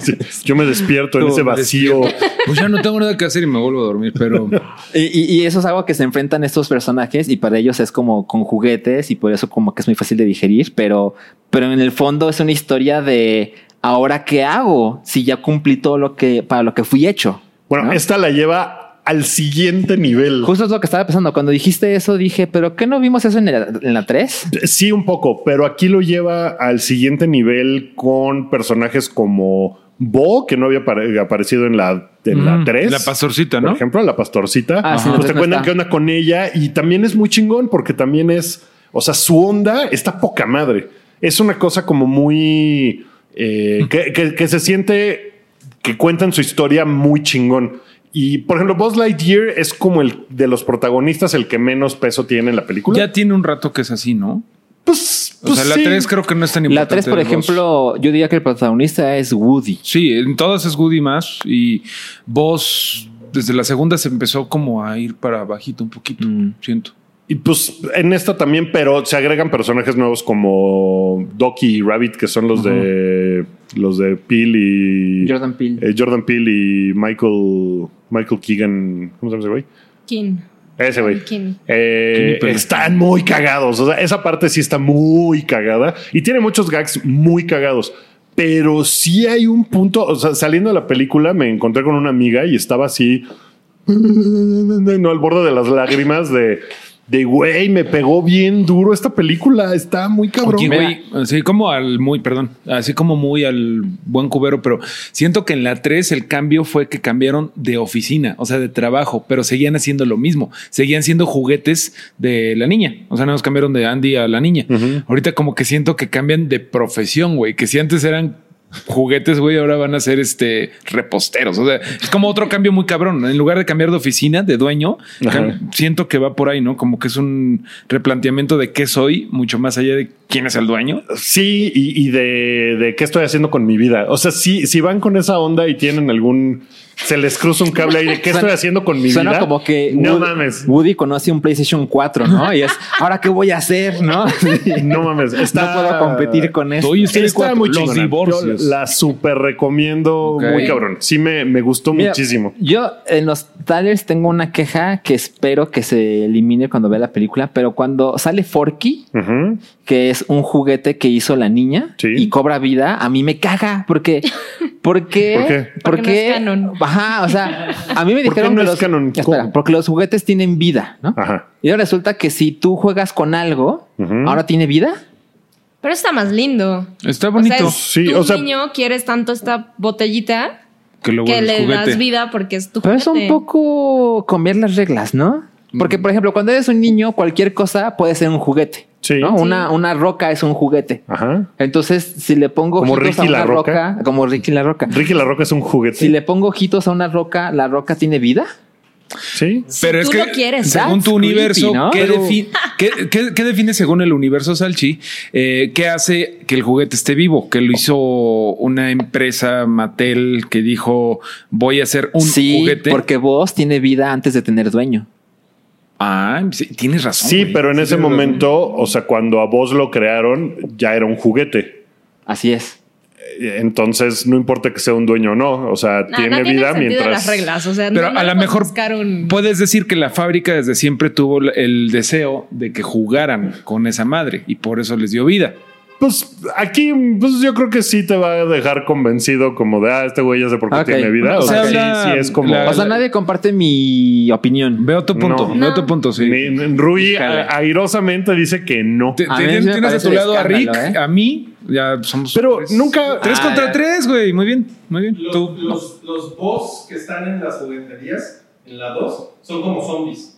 Speaker 2: Sí. Yo me despierto en
Speaker 5: Todo
Speaker 2: ese
Speaker 5: me
Speaker 2: vacío.
Speaker 5: Pues ya no tengo nada que hacer y me vuelvo a dormir, pero
Speaker 3: Y, y- y eso es algo que se enfrentan estos personajes y para ellos es como con juguetes y por eso como que es muy fácil de digerir, pero, pero en el fondo es una historia de ahora qué hago si ya cumplí todo lo que para lo que fui hecho.
Speaker 2: Bueno,
Speaker 3: ¿no?
Speaker 2: esta la lleva al siguiente nivel.
Speaker 3: Justo es lo que estaba pensando. Cuando dijiste eso dije, pero ¿qué no vimos eso en, el- en la 3?
Speaker 2: Sí, un poco, pero aquí lo lleva al siguiente nivel con personajes como Bo, que no había apare- aparecido en la, en la
Speaker 5: Mm,
Speaker 2: 3.
Speaker 5: la pastorcita,
Speaker 2: Por
Speaker 5: ¿no?
Speaker 2: ejemplo, la pastorcita.
Speaker 3: Ah, sí, la
Speaker 2: pues te
Speaker 3: tres no
Speaker 2: cuentan
Speaker 3: está.
Speaker 2: qué onda con ella y también es muy chingón porque también es, o sea, su onda está poca madre. Es una cosa como muy... eh, que, que- que se siente que cuentan su historia muy chingón. Y, por ejemplo, Buzz Lightyear es como el de los protagonistas el que menos peso tiene en la película.
Speaker 5: ya tiene un rato que es así, ¿no?
Speaker 2: pues,
Speaker 5: O sea,
Speaker 2: pues
Speaker 5: la
Speaker 2: sí.
Speaker 5: 3 creo que no es tan
Speaker 3: La
Speaker 5: importante.
Speaker 3: 3, por
Speaker 5: de dos.
Speaker 3: ejemplo, yo diría que el protagonista es Woody.
Speaker 5: Sí, en todas es Woody más y vos desde la segunda se empezó como a ir para bajito un poquito,
Speaker 3: Mm.
Speaker 5: siento.
Speaker 2: Y pues en esta también, pero se agregan personajes nuevos como Doki y Rabbit, que son los de los de Peel y
Speaker 3: Jordan Peele.
Speaker 2: eh, Jordan Peele y Michael Michael Keegan. ¿Cómo se llama ese güey?
Speaker 4: ¿Quién?
Speaker 2: Ese güey.
Speaker 4: ¿Quién?
Speaker 2: Eh,
Speaker 5: Keegan Peele.
Speaker 2: están muy cagados. O sea, esa parte sí está muy cagada y tiene muchos gags muy cagados. Pero sí hay un punto. O sea, saliendo de la película me encontré con una amiga y estaba así no al borde de las lágrimas de de güey me pegó bien duro esta película está muy cabrón
Speaker 5: Aquí, güey, así como al muy, perdón, así como muy al buen cubero, pero siento que en la 3 el cambio fue que cambiaron de oficina, o sea, de trabajo, pero seguían haciendo lo mismo, seguían siendo juguetes de la niña, o sea, no nos cambiaron de Andy a la niña.
Speaker 2: Ujú.
Speaker 5: Ahorita como que siento que cambian de profesión, güey, que si antes eran juguetes, güey, ahora van a ser este reposteros, o sea, es como otro cambio muy cabrón, en lugar de cambiar de oficina, de dueño,
Speaker 2: Ajá.
Speaker 5: cam- siento que va por ahí, ¿no? Como que es un replanteamiento de qué soy, mucho más allá de quién es el dueño.
Speaker 2: Sí, y, y de, de qué estoy haciendo con mi vida. O sea, sí, si van con esa onda y tienen algún. Se les cruza un cable ahí de qué estoy haciendo con mi
Speaker 3: Suena
Speaker 2: vida.
Speaker 3: como que
Speaker 2: No
Speaker 3: Woody,
Speaker 2: mames.
Speaker 3: Woody conoce un PlayStation 4, ¿no? Y es, ¿ahora qué voy a hacer? ¿No?
Speaker 2: No mames. Está,
Speaker 3: No puedo competir con eso.
Speaker 5: Doy ustedes
Speaker 2: Está
Speaker 5: cuatro,
Speaker 2: muy
Speaker 5: los
Speaker 2: chingona.
Speaker 5: divorcios.
Speaker 2: Yo la super recomiendo
Speaker 5: Ok.
Speaker 2: muy cabrón. Sí, me, me gustó
Speaker 3: Mira,
Speaker 2: muchísimo.
Speaker 3: Yo en los trailers tengo una queja que espero que se elimine cuando vea la película, pero cuando sale Forky,
Speaker 2: Ujú.
Speaker 3: que es un juguete que hizo la niña
Speaker 2: Sí.
Speaker 3: y cobra vida, a mí me caga porque porque
Speaker 2: ¿Por qué?
Speaker 4: Porque no es canon.
Speaker 3: Ajá, o sea, a mí me
Speaker 2: ¿Por qué
Speaker 3: dijeron
Speaker 2: no
Speaker 3: que
Speaker 2: es
Speaker 3: los
Speaker 2: canon?
Speaker 3: Espera,
Speaker 2: ¿Cómo? Ah.
Speaker 3: porque los juguetes tienen vida, ¿no?
Speaker 2: Ajá.
Speaker 3: Y ahora resulta que si tú juegas con algo,
Speaker 2: Ujú.
Speaker 3: ahora tiene vida.
Speaker 4: Pero está más lindo.
Speaker 5: Está
Speaker 4: O sea,
Speaker 5: bonito
Speaker 4: es-
Speaker 2: Sí,
Speaker 4: tú,
Speaker 2: o sea-
Speaker 4: niño, quieres tanto esta botellita
Speaker 5: que lo
Speaker 4: que
Speaker 5: vuelves
Speaker 4: le das
Speaker 5: juguete.
Speaker 4: vida porque es tu
Speaker 3: Pero es un
Speaker 4: juguete.
Speaker 3: poco comer las reglas, ¿no? Porque,
Speaker 2: Mm.
Speaker 3: por ejemplo, cuando eres un niño, cualquier cosa puede ser un juguete.
Speaker 2: Sí.
Speaker 3: ¿no?
Speaker 2: Sí.
Speaker 3: Una, una roca es un juguete.
Speaker 2: Ajá.
Speaker 3: Entonces, si le pongo
Speaker 2: ¿Como
Speaker 3: ojitos
Speaker 2: Ricky
Speaker 3: a
Speaker 2: la
Speaker 3: una
Speaker 2: Roca?
Speaker 3: como Ricky la roca.
Speaker 2: Ricky La Roca es un juguete.
Speaker 3: Si le pongo ojitos a una roca, ¿la roca tiene vida?
Speaker 2: Sí.
Speaker 5: Pero
Speaker 4: tú
Speaker 5: es que
Speaker 4: lo quieres,
Speaker 5: según
Speaker 3: that's
Speaker 5: tu universo,
Speaker 3: creepy, ¿no?
Speaker 5: ¿qué,
Speaker 3: Pero-
Speaker 5: defi- qué- qué- qué define según el universo Salchi? Eh, ¿Qué hace que el juguete esté vivo? Que lo hizo una empresa Mattel que dijo voy a hacer un
Speaker 3: sí,
Speaker 5: juguete.
Speaker 3: porque vos tiene vida antes de tener dueño.
Speaker 5: Ah, sí, tienes razón.
Speaker 2: Sí,
Speaker 5: güey.
Speaker 2: pero en ese
Speaker 5: tienes razón.
Speaker 2: momento, o sea, cuando a vos lo crearon, ya era un juguete.
Speaker 3: Así es.
Speaker 2: Entonces, no importa que sea un dueño o no, o sea,
Speaker 4: No,
Speaker 2: tiene
Speaker 4: no tiene
Speaker 2: vida
Speaker 4: sentido
Speaker 2: mientras.
Speaker 4: las reglas, o sea, no-
Speaker 5: Pero
Speaker 4: no
Speaker 5: a
Speaker 4: le
Speaker 5: lo
Speaker 4: puedes
Speaker 5: mejor
Speaker 4: buscar un-
Speaker 5: puedes decir que la fábrica desde siempre tuvo el deseo de que jugaran con esa madre y por eso les dio vida.
Speaker 2: Pues aquí, pues yo creo que sí te va a dejar convencido, como de ah, este güey ya sé por qué
Speaker 3: Ok.
Speaker 2: tiene vida. O
Speaker 3: O
Speaker 2: sea,
Speaker 3: sea,
Speaker 2: sí,
Speaker 5: habla-
Speaker 2: sí es como.
Speaker 5: la-
Speaker 3: O sea, nadie comparte mi opinión.
Speaker 5: Veo tu punto,
Speaker 2: No.
Speaker 5: veo tu punto, sí.
Speaker 2: Ni- ni- Rui
Speaker 3: Híjole.
Speaker 2: a- airosamente dice que no.
Speaker 5: Te-
Speaker 3: A
Speaker 5: te-
Speaker 3: mí sí me
Speaker 5: tienes a
Speaker 3: parece
Speaker 5: tu
Speaker 3: un
Speaker 5: lado a Rick,
Speaker 3: escándalo, ¿eh?
Speaker 5: a mí, ya somos.
Speaker 2: Pero
Speaker 5: tres.
Speaker 2: nunca.
Speaker 5: Tres
Speaker 3: Ah,
Speaker 5: contra
Speaker 3: ya.
Speaker 5: tres, güey. Muy bien, muy bien.
Speaker 6: Los,
Speaker 5: Tú.
Speaker 6: los, los boss que están en las jugueterías, en la 2, son como zombies.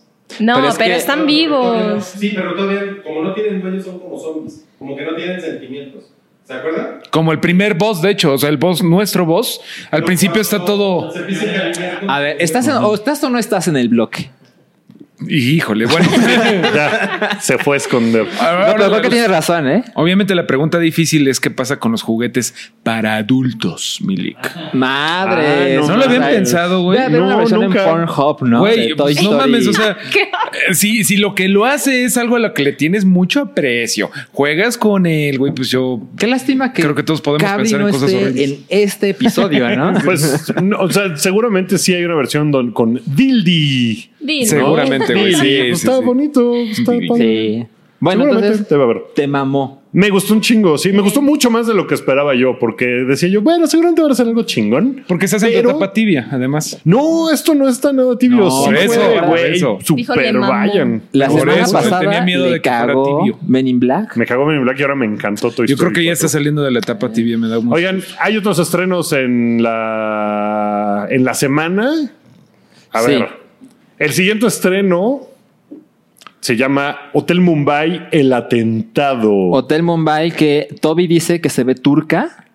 Speaker 3: Pero
Speaker 4: No, pero,
Speaker 3: es que-
Speaker 4: están vivos.
Speaker 6: Sí, pero todavía, como no tienen dueño, son como zombies. Como que no tienen sentimientos. ¿Se acuerdan?
Speaker 5: Como el primer boss, de hecho, o sea, el boss, nuestro boss, al principio está todo.
Speaker 6: Se pisen de alimentos.
Speaker 3: A ver, ¿estás, en- o estás o no estás en el bloque?
Speaker 5: Híjole, bueno.
Speaker 2: Ya, se fue a esconder.
Speaker 5: ahora-
Speaker 3: No, pero creo que tienes razón, ¿eh?
Speaker 5: Obviamente la pregunta difícil es qué pasa con los juguetes para adultos, Milik.
Speaker 3: Madre.
Speaker 2: Ah, no,
Speaker 5: no lo habían pensado, güey.
Speaker 3: Debe haber
Speaker 2: No,
Speaker 3: una versión
Speaker 2: nunca.
Speaker 3: en Pornhub, ¿no?
Speaker 5: Güey,
Speaker 3: De Toy
Speaker 5: pues, no
Speaker 3: Story.
Speaker 5: mames, o sea, eh, si, si lo que lo hace es algo a lo que le tienes mucho aprecio, juegas con él, güey, pues yo
Speaker 3: Qué lástima que.
Speaker 5: Creo que todos podemos
Speaker 3: Cabri
Speaker 5: pensar en
Speaker 3: no
Speaker 5: cosas
Speaker 3: esté
Speaker 5: horribles.
Speaker 3: En este episodio, ¿no?
Speaker 2: Pues, no, o sea, seguramente sí hay una versión don- con Dildi.
Speaker 4: Dilo.
Speaker 5: Seguramente, Este güey.
Speaker 2: Dildi,
Speaker 5: Sí,
Speaker 2: pues
Speaker 5: sí,
Speaker 2: está
Speaker 5: sí.
Speaker 2: bonito. Está
Speaker 5: Sí.
Speaker 2: padre.
Speaker 3: sí. Bueno,
Speaker 2: Seguramente
Speaker 3: entonces
Speaker 2: debe haber.
Speaker 3: te mamó.
Speaker 2: Me gustó un chingo, sí. Me gustó mucho más de lo que esperaba yo, porque decía yo, bueno, seguramente va a ser algo chingón.
Speaker 5: Porque se hace
Speaker 2: Pero-
Speaker 5: en tapa tibia, además.
Speaker 2: No, esto no está nada tibio.
Speaker 3: No,
Speaker 2: sí,
Speaker 3: por
Speaker 2: fue
Speaker 3: eso,
Speaker 2: de,
Speaker 5: por
Speaker 2: güey,
Speaker 5: eso.
Speaker 4: Híjole,
Speaker 2: super
Speaker 4: mamón.
Speaker 2: vayan.
Speaker 3: La
Speaker 5: Por
Speaker 3: semana
Speaker 5: eso,
Speaker 3: pasada
Speaker 5: tenía miedo
Speaker 3: le
Speaker 5: de que fuera
Speaker 3: cagó
Speaker 5: tibio.
Speaker 3: Men in Black.
Speaker 2: Me cagó Men in Black y ahora me encantó Toy
Speaker 5: Yo creo
Speaker 2: Story
Speaker 5: que ya
Speaker 2: 4.
Speaker 5: está saliendo de la etapa tibia, me da mucho.
Speaker 2: Oigan, hay otros estrenos en la en la semana. A
Speaker 3: Sí.
Speaker 2: ver. El siguiente estreno se llama Hotel Mumbai El atentado.
Speaker 3: Hotel Mumbai que Toby dice que se ve turca.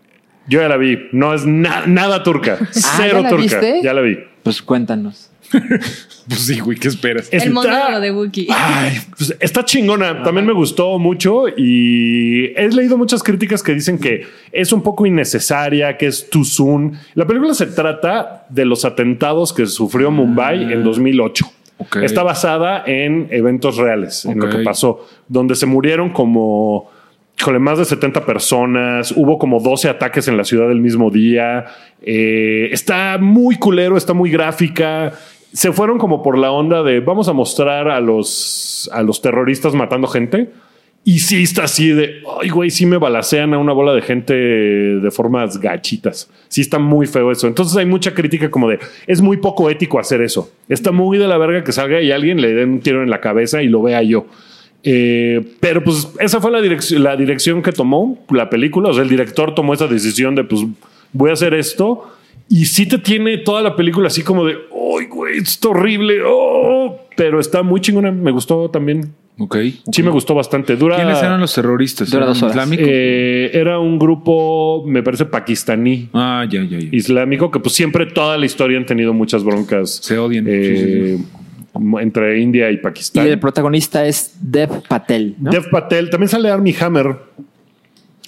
Speaker 2: Yo ya la vi. No es na- nada turca. Cero
Speaker 3: Ah, ¿ya la
Speaker 2: turca.
Speaker 3: viste?
Speaker 2: Ya la vi.
Speaker 3: Pues cuéntanos.
Speaker 5: Pues sí, güey, ¿qué esperas?
Speaker 4: El monólogo de Wookiee.
Speaker 5: Ah.
Speaker 2: Ay, pues está chingona. También me gustó mucho y he leído muchas críticas que dicen que es un poco innecesaria, que es too soon. La película se trata de los atentados que sufrió Mumbai en 2008.
Speaker 5: Ok.
Speaker 2: Está basada en eventos reales, en lo
Speaker 5: Ok.
Speaker 2: que pasó, donde se murieron como híjole, más de 70 personas, hubo como 12 ataques en la ciudad el mismo día, Eh, está muy culero, está muy gráfica, se fueron como por la onda de vamos a mostrar a los, a los terroristas matando gente. Y sí está así de, ay güey, sí me balacean a una bola de gente de formas gachitas. Sí está muy feo eso. Entonces hay mucha crítica como de, es muy poco ético hacer eso. Está muy de la verga que salga y alguien le den un tiro en la cabeza y lo vea yo. Eh, pero pues esa fue la, direc- la dirección que tomó la película. O sea, el director tomó esa decisión de pues voy a hacer esto. Y sí te tiene toda la película así como de, ay güey, esto está horrible. Oh", pero está muy chingona. Me gustó también.
Speaker 5: Ok.
Speaker 2: Sí, me gustó bastante. Dura.
Speaker 5: ¿Quiénes eran los terroristas?
Speaker 3: Dura dos horas.
Speaker 5: ¿Islámicos?
Speaker 2: eh, era un grupo, me parece, pakistaní,
Speaker 5: ah, ya, ya, ya.
Speaker 2: islámico, que pues siempre toda la historia han tenido muchas broncas.
Speaker 5: Se odian.
Speaker 2: eh, Entre India y
Speaker 3: Y
Speaker 2: Pakistán.
Speaker 3: el protagonista es Dev Patel. ¿no?
Speaker 2: Dev Patel, también sale Army Hammer.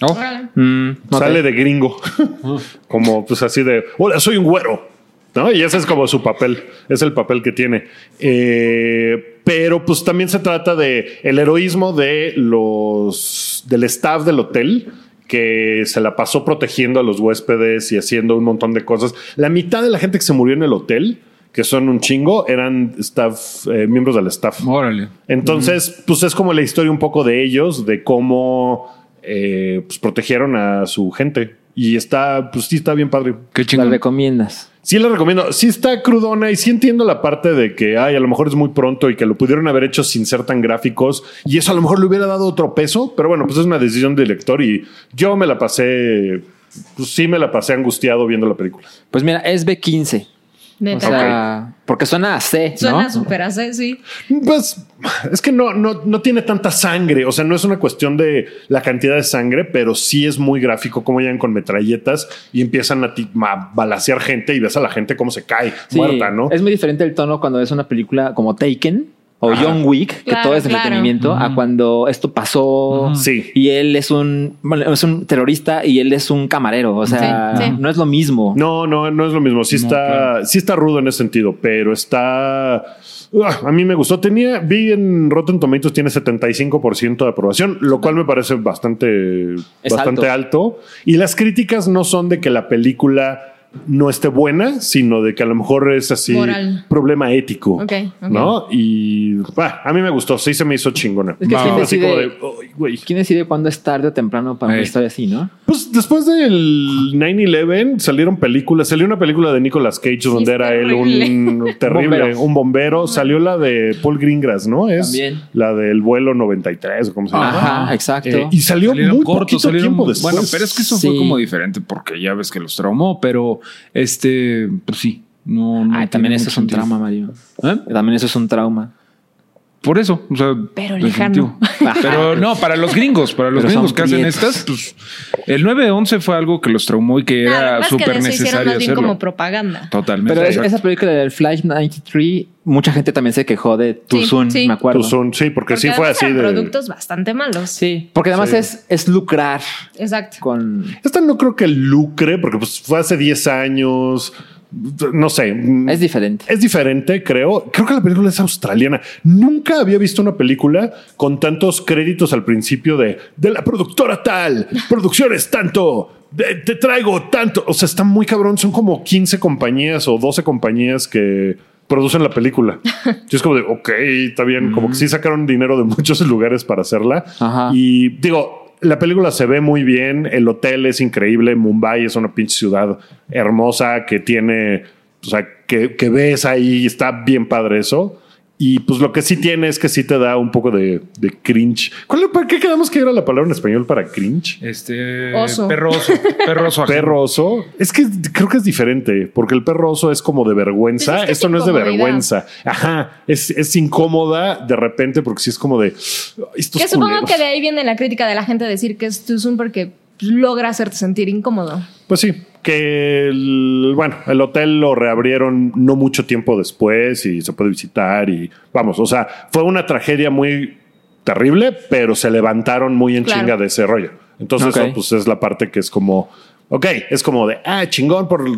Speaker 5: Oh,
Speaker 3: Mm, ok.
Speaker 2: Sale de gringo. como pues así de, hola, soy un güero. ¿No? Y ese es como su papel, es el papel que tiene. Eh, pero pues también se trata de el heroísmo de los del staff del hotel que se la pasó protegiendo a los huéspedes y haciendo un montón de cosas. La mitad de la gente que se murió en el hotel, que son un chingo, eran staff, eh, miembros del staff.
Speaker 5: órale.
Speaker 2: Entonces, pues es como la historia un poco de ellos, de cómo eh, pues, protegieron a su gente. Y está, pues sí, está bien padre.
Speaker 5: Qué
Speaker 3: La
Speaker 5: chingón.
Speaker 3: recomiendas.
Speaker 2: Sí, la recomiendo. Sí, está crudona y sí entiendo la parte de que, ay, a lo mejor es muy pronto y que lo pudieron haber hecho sin ser tan gráficos y eso a lo mejor le hubiera dado otro peso. Pero bueno, pues es una decisión del lector y yo me la pasé, pues sí, me la pasé angustiado viendo la película.
Speaker 3: Pues mira, es B15. O
Speaker 4: Neta.
Speaker 3: sea, porque suena a C, ¿no?
Speaker 4: Suena súper así, sí.
Speaker 2: Pues es que no, no, no tiene tanta sangre. O sea, no es una cuestión de la cantidad de sangre, pero sí es muy gráfico cómo llegan con metralletas y empiezan a, ti- a balacear gente y ves a la gente cómo se cae
Speaker 3: Sí,
Speaker 2: muerta, ¿no?
Speaker 3: Es muy diferente el tono cuando es una película como Taken o
Speaker 2: Ajá.
Speaker 3: John Wick, que
Speaker 4: Claro,
Speaker 3: todo es
Speaker 4: claro.
Speaker 3: entretenimiento, a cuando esto pasó
Speaker 5: Ujú.
Speaker 2: Sí.
Speaker 3: y él es un, bueno, es un terrorista y él es un camarero. O sea,
Speaker 4: Sí, sí.
Speaker 3: no es lo mismo.
Speaker 2: No, no, no es lo mismo. Sí
Speaker 5: No,
Speaker 2: está,
Speaker 5: claro.
Speaker 2: sí está rudo en ese sentido, pero está. Ah, a mí me gustó. Tenía, vi en Rotten Tomatoes tiene 75% de aprobación, lo cual me parece bastante,
Speaker 3: Es
Speaker 2: bastante alto. Y las críticas no son de que la película no esté buena, sino de que a lo mejor es así
Speaker 4: Moral.
Speaker 2: problema ético.
Speaker 4: Ok, ok.
Speaker 2: ¿No? Y bah, a mí me gustó, sí se me hizo chingona.
Speaker 3: Es que
Speaker 5: Va.
Speaker 3: ¿quién
Speaker 2: Así como de,
Speaker 3: decide,
Speaker 2: "Ay, güey".
Speaker 3: quién decide cuándo es tarde o temprano para una
Speaker 5: Ey.
Speaker 3: historia así, no?
Speaker 2: Pues después del 9-11 salieron películas. Salió una película de Nicolas Cage donde
Speaker 4: está
Speaker 2: era él un terrible,
Speaker 3: Bombero.
Speaker 2: un bombero. Salió la de Paul Greengrass, ¿no? Es
Speaker 3: También.
Speaker 2: la del vuelo 93 o cómo se llama.
Speaker 3: Ajá, exacto.
Speaker 2: Eh, y salió
Speaker 5: Salieron
Speaker 2: muy
Speaker 5: cortos,
Speaker 2: poquito
Speaker 5: salieron-
Speaker 2: tiempo después.
Speaker 5: Bueno, pero es que eso
Speaker 3: Sí.
Speaker 5: fue como diferente porque ya ves que los traumó, pero este, pues sí. No, no
Speaker 3: Ay,
Speaker 5: tiene
Speaker 3: también eso
Speaker 4: Ah,
Speaker 5: mucho
Speaker 3: es un
Speaker 5: sentido.
Speaker 3: trauma, Mario.
Speaker 5: ¿Eh?
Speaker 3: También eso es un trauma.
Speaker 5: Por eso, o sea,
Speaker 4: Pero
Speaker 5: definitivo.
Speaker 4: lejano.
Speaker 5: Pero no, para los gringos, para los
Speaker 3: Pero
Speaker 5: gringos
Speaker 3: son
Speaker 5: que hacen
Speaker 3: prietos.
Speaker 5: estas, pues el 9-11 fue algo que los traumó y que
Speaker 4: Nada, lo que pasa es que
Speaker 5: era súper
Speaker 4: de eso hicieron
Speaker 5: necesario
Speaker 4: más bien
Speaker 5: hacerlo.
Speaker 4: como propaganda.
Speaker 5: Totalmente.
Speaker 3: Pero es-
Speaker 5: exacto.
Speaker 3: esa película del Flight 93, mucha gente también se quejó de Tuzun,
Speaker 4: sí.
Speaker 3: me acuerdo.
Speaker 2: Tuzun, Pues sí, porque, sí fue
Speaker 4: además
Speaker 2: así
Speaker 4: eran
Speaker 2: de.
Speaker 4: productos bastante malos.
Speaker 3: Sí, porque además
Speaker 2: Sí.
Speaker 3: es, es lucrar
Speaker 4: Exacto.
Speaker 3: con...
Speaker 2: Esta no creo que lucre, porque pues, fue hace 10 años. No sé.
Speaker 3: Es diferente.
Speaker 2: Es diferente, creo. Creo que la película es australiana. Nunca había visto una película con tantos créditos al principio de de la productora tal, producciones tanto, de- te traigo tanto. O sea, está muy cabrón. Son como 15 compañías o 12 compañías que producen la película. Y es como de, ok, está bien. Como que sí sacaron dinero de muchos lugares para hacerla.
Speaker 3: Mm. Ajá.
Speaker 2: Y digo, la película se ve muy bien, el hotel es increíble, Mumbai es una pinche ciudad hermosa que tiene, o sea, que, que ves ahí, está bien padre eso. Y pues lo que sí tiene es que sí te da un poco de, de cringe. ¿Cuál, ¿Para qué quedamos que era la palabra en español para cringe?
Speaker 5: Este
Speaker 4: Oso.
Speaker 5: perroso, perroso ajeno.
Speaker 2: Perroso. Es que creo que es diferente, porque el perroso es como de vergüenza.
Speaker 4: Pues es que es
Speaker 2: Esto no es de
Speaker 4: incomodidad.
Speaker 2: vergüenza. Ajá. Es, es incómoda de repente porque sí es como de. Estos
Speaker 4: Que supongo
Speaker 2: culeros".
Speaker 4: que de ahí viene la crítica de la gente decir que es Tuzun porque logra hacerte sentir incómodo.
Speaker 2: Pues sí, que el- bueno, el hotel lo reabrieron no mucho tiempo después y se puede visitar y vamos, o sea, fue una tragedia muy terrible, pero se levantaron muy en
Speaker 4: Claro.
Speaker 2: chinga de ese rollo. Entonces,
Speaker 3: Ok.
Speaker 2: eso, pues es la parte que es como, ok, es como de, ah, chingón por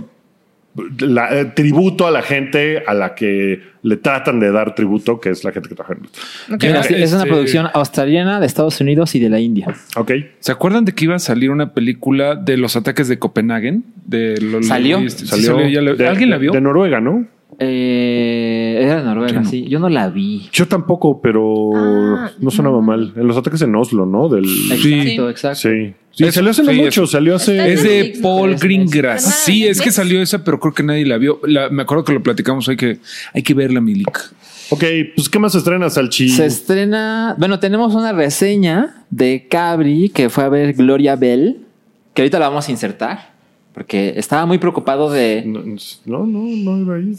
Speaker 2: la, eh, tributo a la gente a la que le tratan de dar tributo, que es la gente que trabaja en el hotel.
Speaker 4: Ok.
Speaker 5: Ya,
Speaker 3: Mira,
Speaker 5: este-
Speaker 3: es una producción australiana de Estados Unidos y de la India.
Speaker 2: Ok.
Speaker 5: ¿Se acuerdan de que iba a salir una película de los ataques de Copenhagen? De lo-
Speaker 3: ¿Salió?
Speaker 5: sí, ya la-
Speaker 2: de-
Speaker 5: ¿Alguien la vio?
Speaker 2: De Noruega, ¿no?
Speaker 3: Eh, era de Noruega,
Speaker 5: Sí.
Speaker 3: sí. Yo no la vi.
Speaker 2: Yo tampoco, pero
Speaker 4: Ah,
Speaker 2: no sonaba mal. En los ataques en Oslo, ¿no? Del,
Speaker 3: Exacto, exacto.
Speaker 2: Sí. Sí,
Speaker 5: Es-
Speaker 2: salió hace no
Speaker 5: sí,
Speaker 2: mucho, salió
Speaker 4: Está
Speaker 2: hace.
Speaker 5: Es de
Speaker 4: Netflix, ¿no?
Speaker 5: Paul
Speaker 3: Es Netflix.
Speaker 5: Greengrass.
Speaker 4: Ah,
Speaker 5: Sí, es
Speaker 4: Netflix.
Speaker 5: que salió esa, pero creo que nadie la vio. La- me acuerdo que lo platicamos hoy que hay que verla, Milik.
Speaker 2: Ok, pues ¿qué más estrenas, Salchi?
Speaker 3: Se estrena. Bueno, tenemos una reseña de Cabri que fue a ver Gloria Bell, que ahorita la vamos a insertar, porque estaba muy preocupado de.
Speaker 2: No, no, no iba ahí.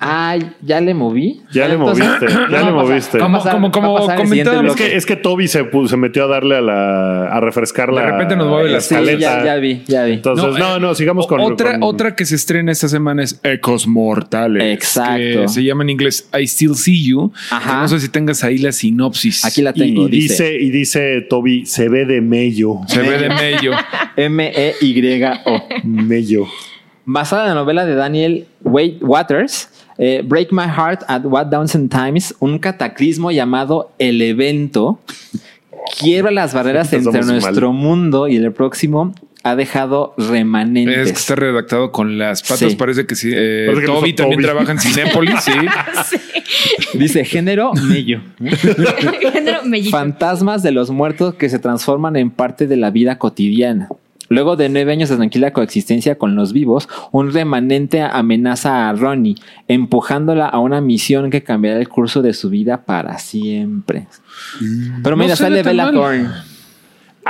Speaker 3: Ay, ya le moví.
Speaker 2: Ya le moviste, ya le moviste.
Speaker 5: Como- como- como comentábamos
Speaker 2: Es que,
Speaker 3: es
Speaker 2: es que Toby se, pu- se metió a darle a la. a refrescar la.
Speaker 5: De repente nos mueve la
Speaker 2: la
Speaker 3: sí,
Speaker 2: escaleta.
Speaker 3: ya, ya vi, ya vi.
Speaker 2: Entonces, no,
Speaker 5: eh,
Speaker 2: no, sigamos con.
Speaker 5: Otra,
Speaker 2: con-
Speaker 5: otra que se estrena esta semana es Ecos Mortales.
Speaker 3: Exacto.
Speaker 5: que se llama en inglés I Still See You.
Speaker 3: Ajá.
Speaker 5: No sé si tengas ahí la sinopsis.
Speaker 3: Aquí la
Speaker 2: Y,
Speaker 3: tengo.
Speaker 2: y dice, y dice Toby, se ve de mello.
Speaker 5: Se ve de mello.
Speaker 3: E M-E-Y-O.
Speaker 2: mello.
Speaker 3: Basada en la novela de Daniel Wade Waters, eh, Break My Heart at What Thousand Times, un cataclismo llamado El Evento, quiebra las barreras
Speaker 2: Empezamos
Speaker 3: entre
Speaker 2: mal.
Speaker 3: nuestro mundo y el próximo, ha dejado
Speaker 5: Es
Speaker 3: remanentes.
Speaker 5: que está redactado con las patas.
Speaker 3: Sí.
Speaker 5: Parece que sí. eh,
Speaker 2: Parece que no
Speaker 5: Toby
Speaker 2: son
Speaker 5: también
Speaker 2: Toby.
Speaker 5: trabaja en Cinépolis. Sí.
Speaker 3: Dice género mello.
Speaker 4: Género mellito.
Speaker 3: Fantasmas de los muertos que se transforman en parte de la vida cotidiana. Luego de nueve años de tranquila coexistencia con los vivos, un remanente amenaza a Ronnie, empujándola a una misión que cambiará el curso de su vida para siempre. Pero
Speaker 5: Mm. no
Speaker 3: mira,
Speaker 5: se ve
Speaker 3: sale
Speaker 5: tan
Speaker 3: Bella
Speaker 5: mal.
Speaker 3: Thorne.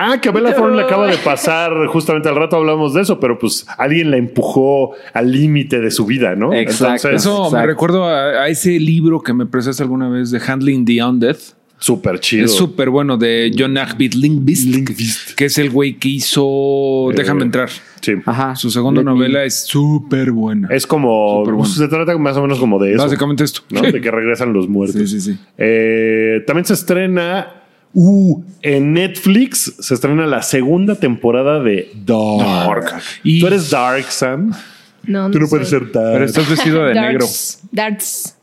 Speaker 2: Ah, que a Bella Thorne le acaba de pasar, justamente al rato hablamos de eso, pero pues alguien la empujó al límite de su vida, ¿no?
Speaker 3: Exacto.
Speaker 2: Entonces,
Speaker 5: Eso me
Speaker 3: Exacto.
Speaker 5: recuerdo a, a ese libro que me prestaste alguna vez de Handling the Undead.
Speaker 2: súper chido.
Speaker 5: Es súper bueno de John Agbit Lingbist, que es el güey que hizo
Speaker 2: Eh,
Speaker 5: Déjame entrar.
Speaker 2: Sí.
Speaker 3: Ajá.
Speaker 5: Su segunda
Speaker 3: Let me-
Speaker 5: novela es súper buena.
Speaker 2: Es como. pues,
Speaker 5: Súper bueno.
Speaker 2: Se trata más o menos como de eso.
Speaker 5: Básicamente esto.
Speaker 2: ¿no? De que regresan los muertos.
Speaker 5: Sí, sí, sí.
Speaker 2: Eh, también se estrena. Uh, en Netflix se estrena la segunda temporada de Dark.
Speaker 5: Y-
Speaker 2: Tú eres Dark, Sam.
Speaker 4: Ah, No,
Speaker 2: Tú no
Speaker 4: soy.
Speaker 2: puedes ser Dark.
Speaker 5: Pero estás vestido de negro.
Speaker 4: Darts. Darts.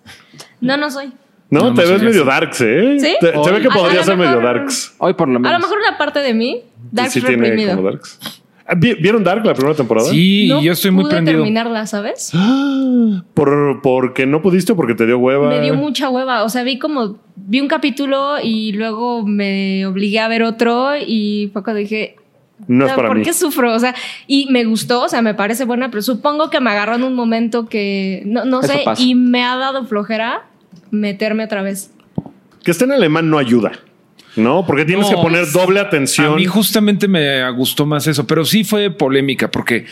Speaker 4: No, no soy.
Speaker 2: no,
Speaker 5: No,
Speaker 2: te
Speaker 5: no
Speaker 2: ves
Speaker 5: soy
Speaker 2: medio
Speaker 5: así.
Speaker 2: Darks, ¿eh?
Speaker 4: ¿Sí?
Speaker 2: Te, se ve que
Speaker 4: A- a
Speaker 2: podría
Speaker 4: lo
Speaker 2: ser medio
Speaker 4: mejor-
Speaker 2: Darks.
Speaker 3: Hoy por lo
Speaker 4: A
Speaker 3: menos.
Speaker 4: lo mejor una parte de mí, Darks
Speaker 2: Sí tiene
Speaker 4: reprimido.
Speaker 2: como Darks. Ah, ¿vi- ¿Vieron Dark la primera temporada?
Speaker 5: Sí,
Speaker 4: No
Speaker 5: y yo estoy muy
Speaker 4: pude
Speaker 5: prendido.
Speaker 4: terminarla, ¿sabes?
Speaker 2: Por, porque no pudiste o porque te dio hueva.
Speaker 4: Me dio mucha hueva. O sea, vi como. Vi un capítulo y luego me obligué a ver otro y poco dije.
Speaker 2: No es
Speaker 4: "Ah,
Speaker 2: para
Speaker 4: ¿Por
Speaker 2: mí.
Speaker 4: qué sufro? O sea, y me gustó, o sea, me parece buena, pero supongo que me agarró en un momento que no, no
Speaker 3: Eso
Speaker 4: sé
Speaker 3: pasa.
Speaker 4: y me ha dado flojera meterme otra vez.
Speaker 2: Que esté en alemán no ayuda. No, porque tienes
Speaker 5: No,
Speaker 2: que poner
Speaker 5: es-
Speaker 2: doble
Speaker 5: A
Speaker 2: atención.
Speaker 5: mí justamente me gustó más eso, pero sí fue polémica porque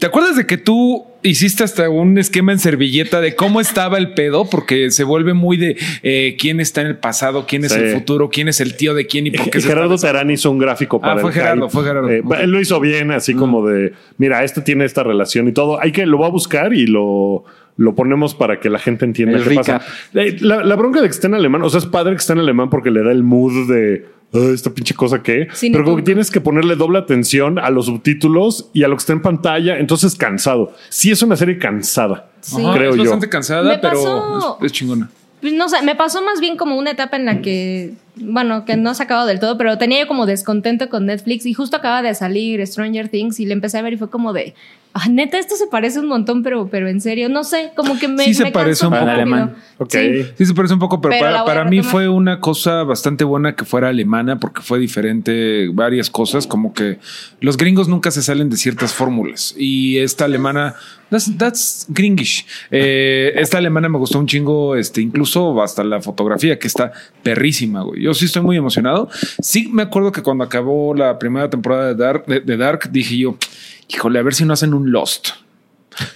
Speaker 5: ¿Te acuerdas de que tú hiciste hasta un esquema en servilleta de cómo estaba el pedo? Porque se vuelve muy de eh, quién está en el pasado, quién es
Speaker 2: Sí.
Speaker 5: el futuro, quién es el tío de quién y por qué
Speaker 2: Y
Speaker 5: se
Speaker 2: Gerardo
Speaker 5: están-
Speaker 2: Tarán hizo un gráfico para
Speaker 5: fue
Speaker 2: el
Speaker 5: Gerardo,
Speaker 2: hype.
Speaker 5: fue Gerardo. Mm.
Speaker 2: Eh,
Speaker 5: Ok.
Speaker 2: Él lo hizo bien, así como de, mira, este tiene esta relación y todo. Hay que, lo va a buscar y lo, lo ponemos para que la gente entienda
Speaker 3: El
Speaker 2: qué pasa.
Speaker 3: recap.
Speaker 2: Eh, La, la bronca de que esté en alemán, o sea, es padre que esté en alemán porque le da el mood de "Ah, esta pinche cosa que,
Speaker 4: Sí,
Speaker 2: pero
Speaker 4: no,
Speaker 2: como que
Speaker 4: no.
Speaker 2: tienes que ponerle doble atención a los subtítulos y a lo que está en pantalla, entonces cansado. Sí es una serie cansada,
Speaker 4: Sí.
Speaker 5: Ajá,
Speaker 2: creo
Speaker 5: es
Speaker 2: yo.
Speaker 5: bastante cansada,
Speaker 4: Me
Speaker 5: pero
Speaker 4: pasó-
Speaker 5: es, es chingona.
Speaker 4: Pues no sé, me pasó más bien como una etapa en la que, bueno, que no se acabó del todo, pero tenía yo como descontento con Netflix y justo acaba de salir Stranger Things y le empecé a ver y fue como de, ah, neta, esto se parece un montón, pero, pero en serio, no sé, como que me...
Speaker 5: Sí se
Speaker 4: me
Speaker 5: parece
Speaker 4: cansó
Speaker 5: un
Speaker 4: muy
Speaker 3: poco.
Speaker 4: rápido.
Speaker 3: Alemán.
Speaker 2: Ok.
Speaker 4: Sí.
Speaker 5: Sí, se parece un poco, pero,
Speaker 4: Pero la
Speaker 5: para,
Speaker 4: voy a
Speaker 5: para mí
Speaker 4: retomar.
Speaker 5: fue una cosa bastante buena que fuera alemana porque fue diferente varias cosas, como que los gringos nunca se salen de ciertas fórmulas y esta alemana, that's, that's gringish, Eh, esta alemana me gustó un chingo, este, incluso hasta la fotografía que está perrísima, güey. Yo sí estoy muy emocionado. Sí me acuerdo que cuando acabó la primera temporada de Dark, de- de Dark dije yo, híjole, a ver si no hacen un Lost.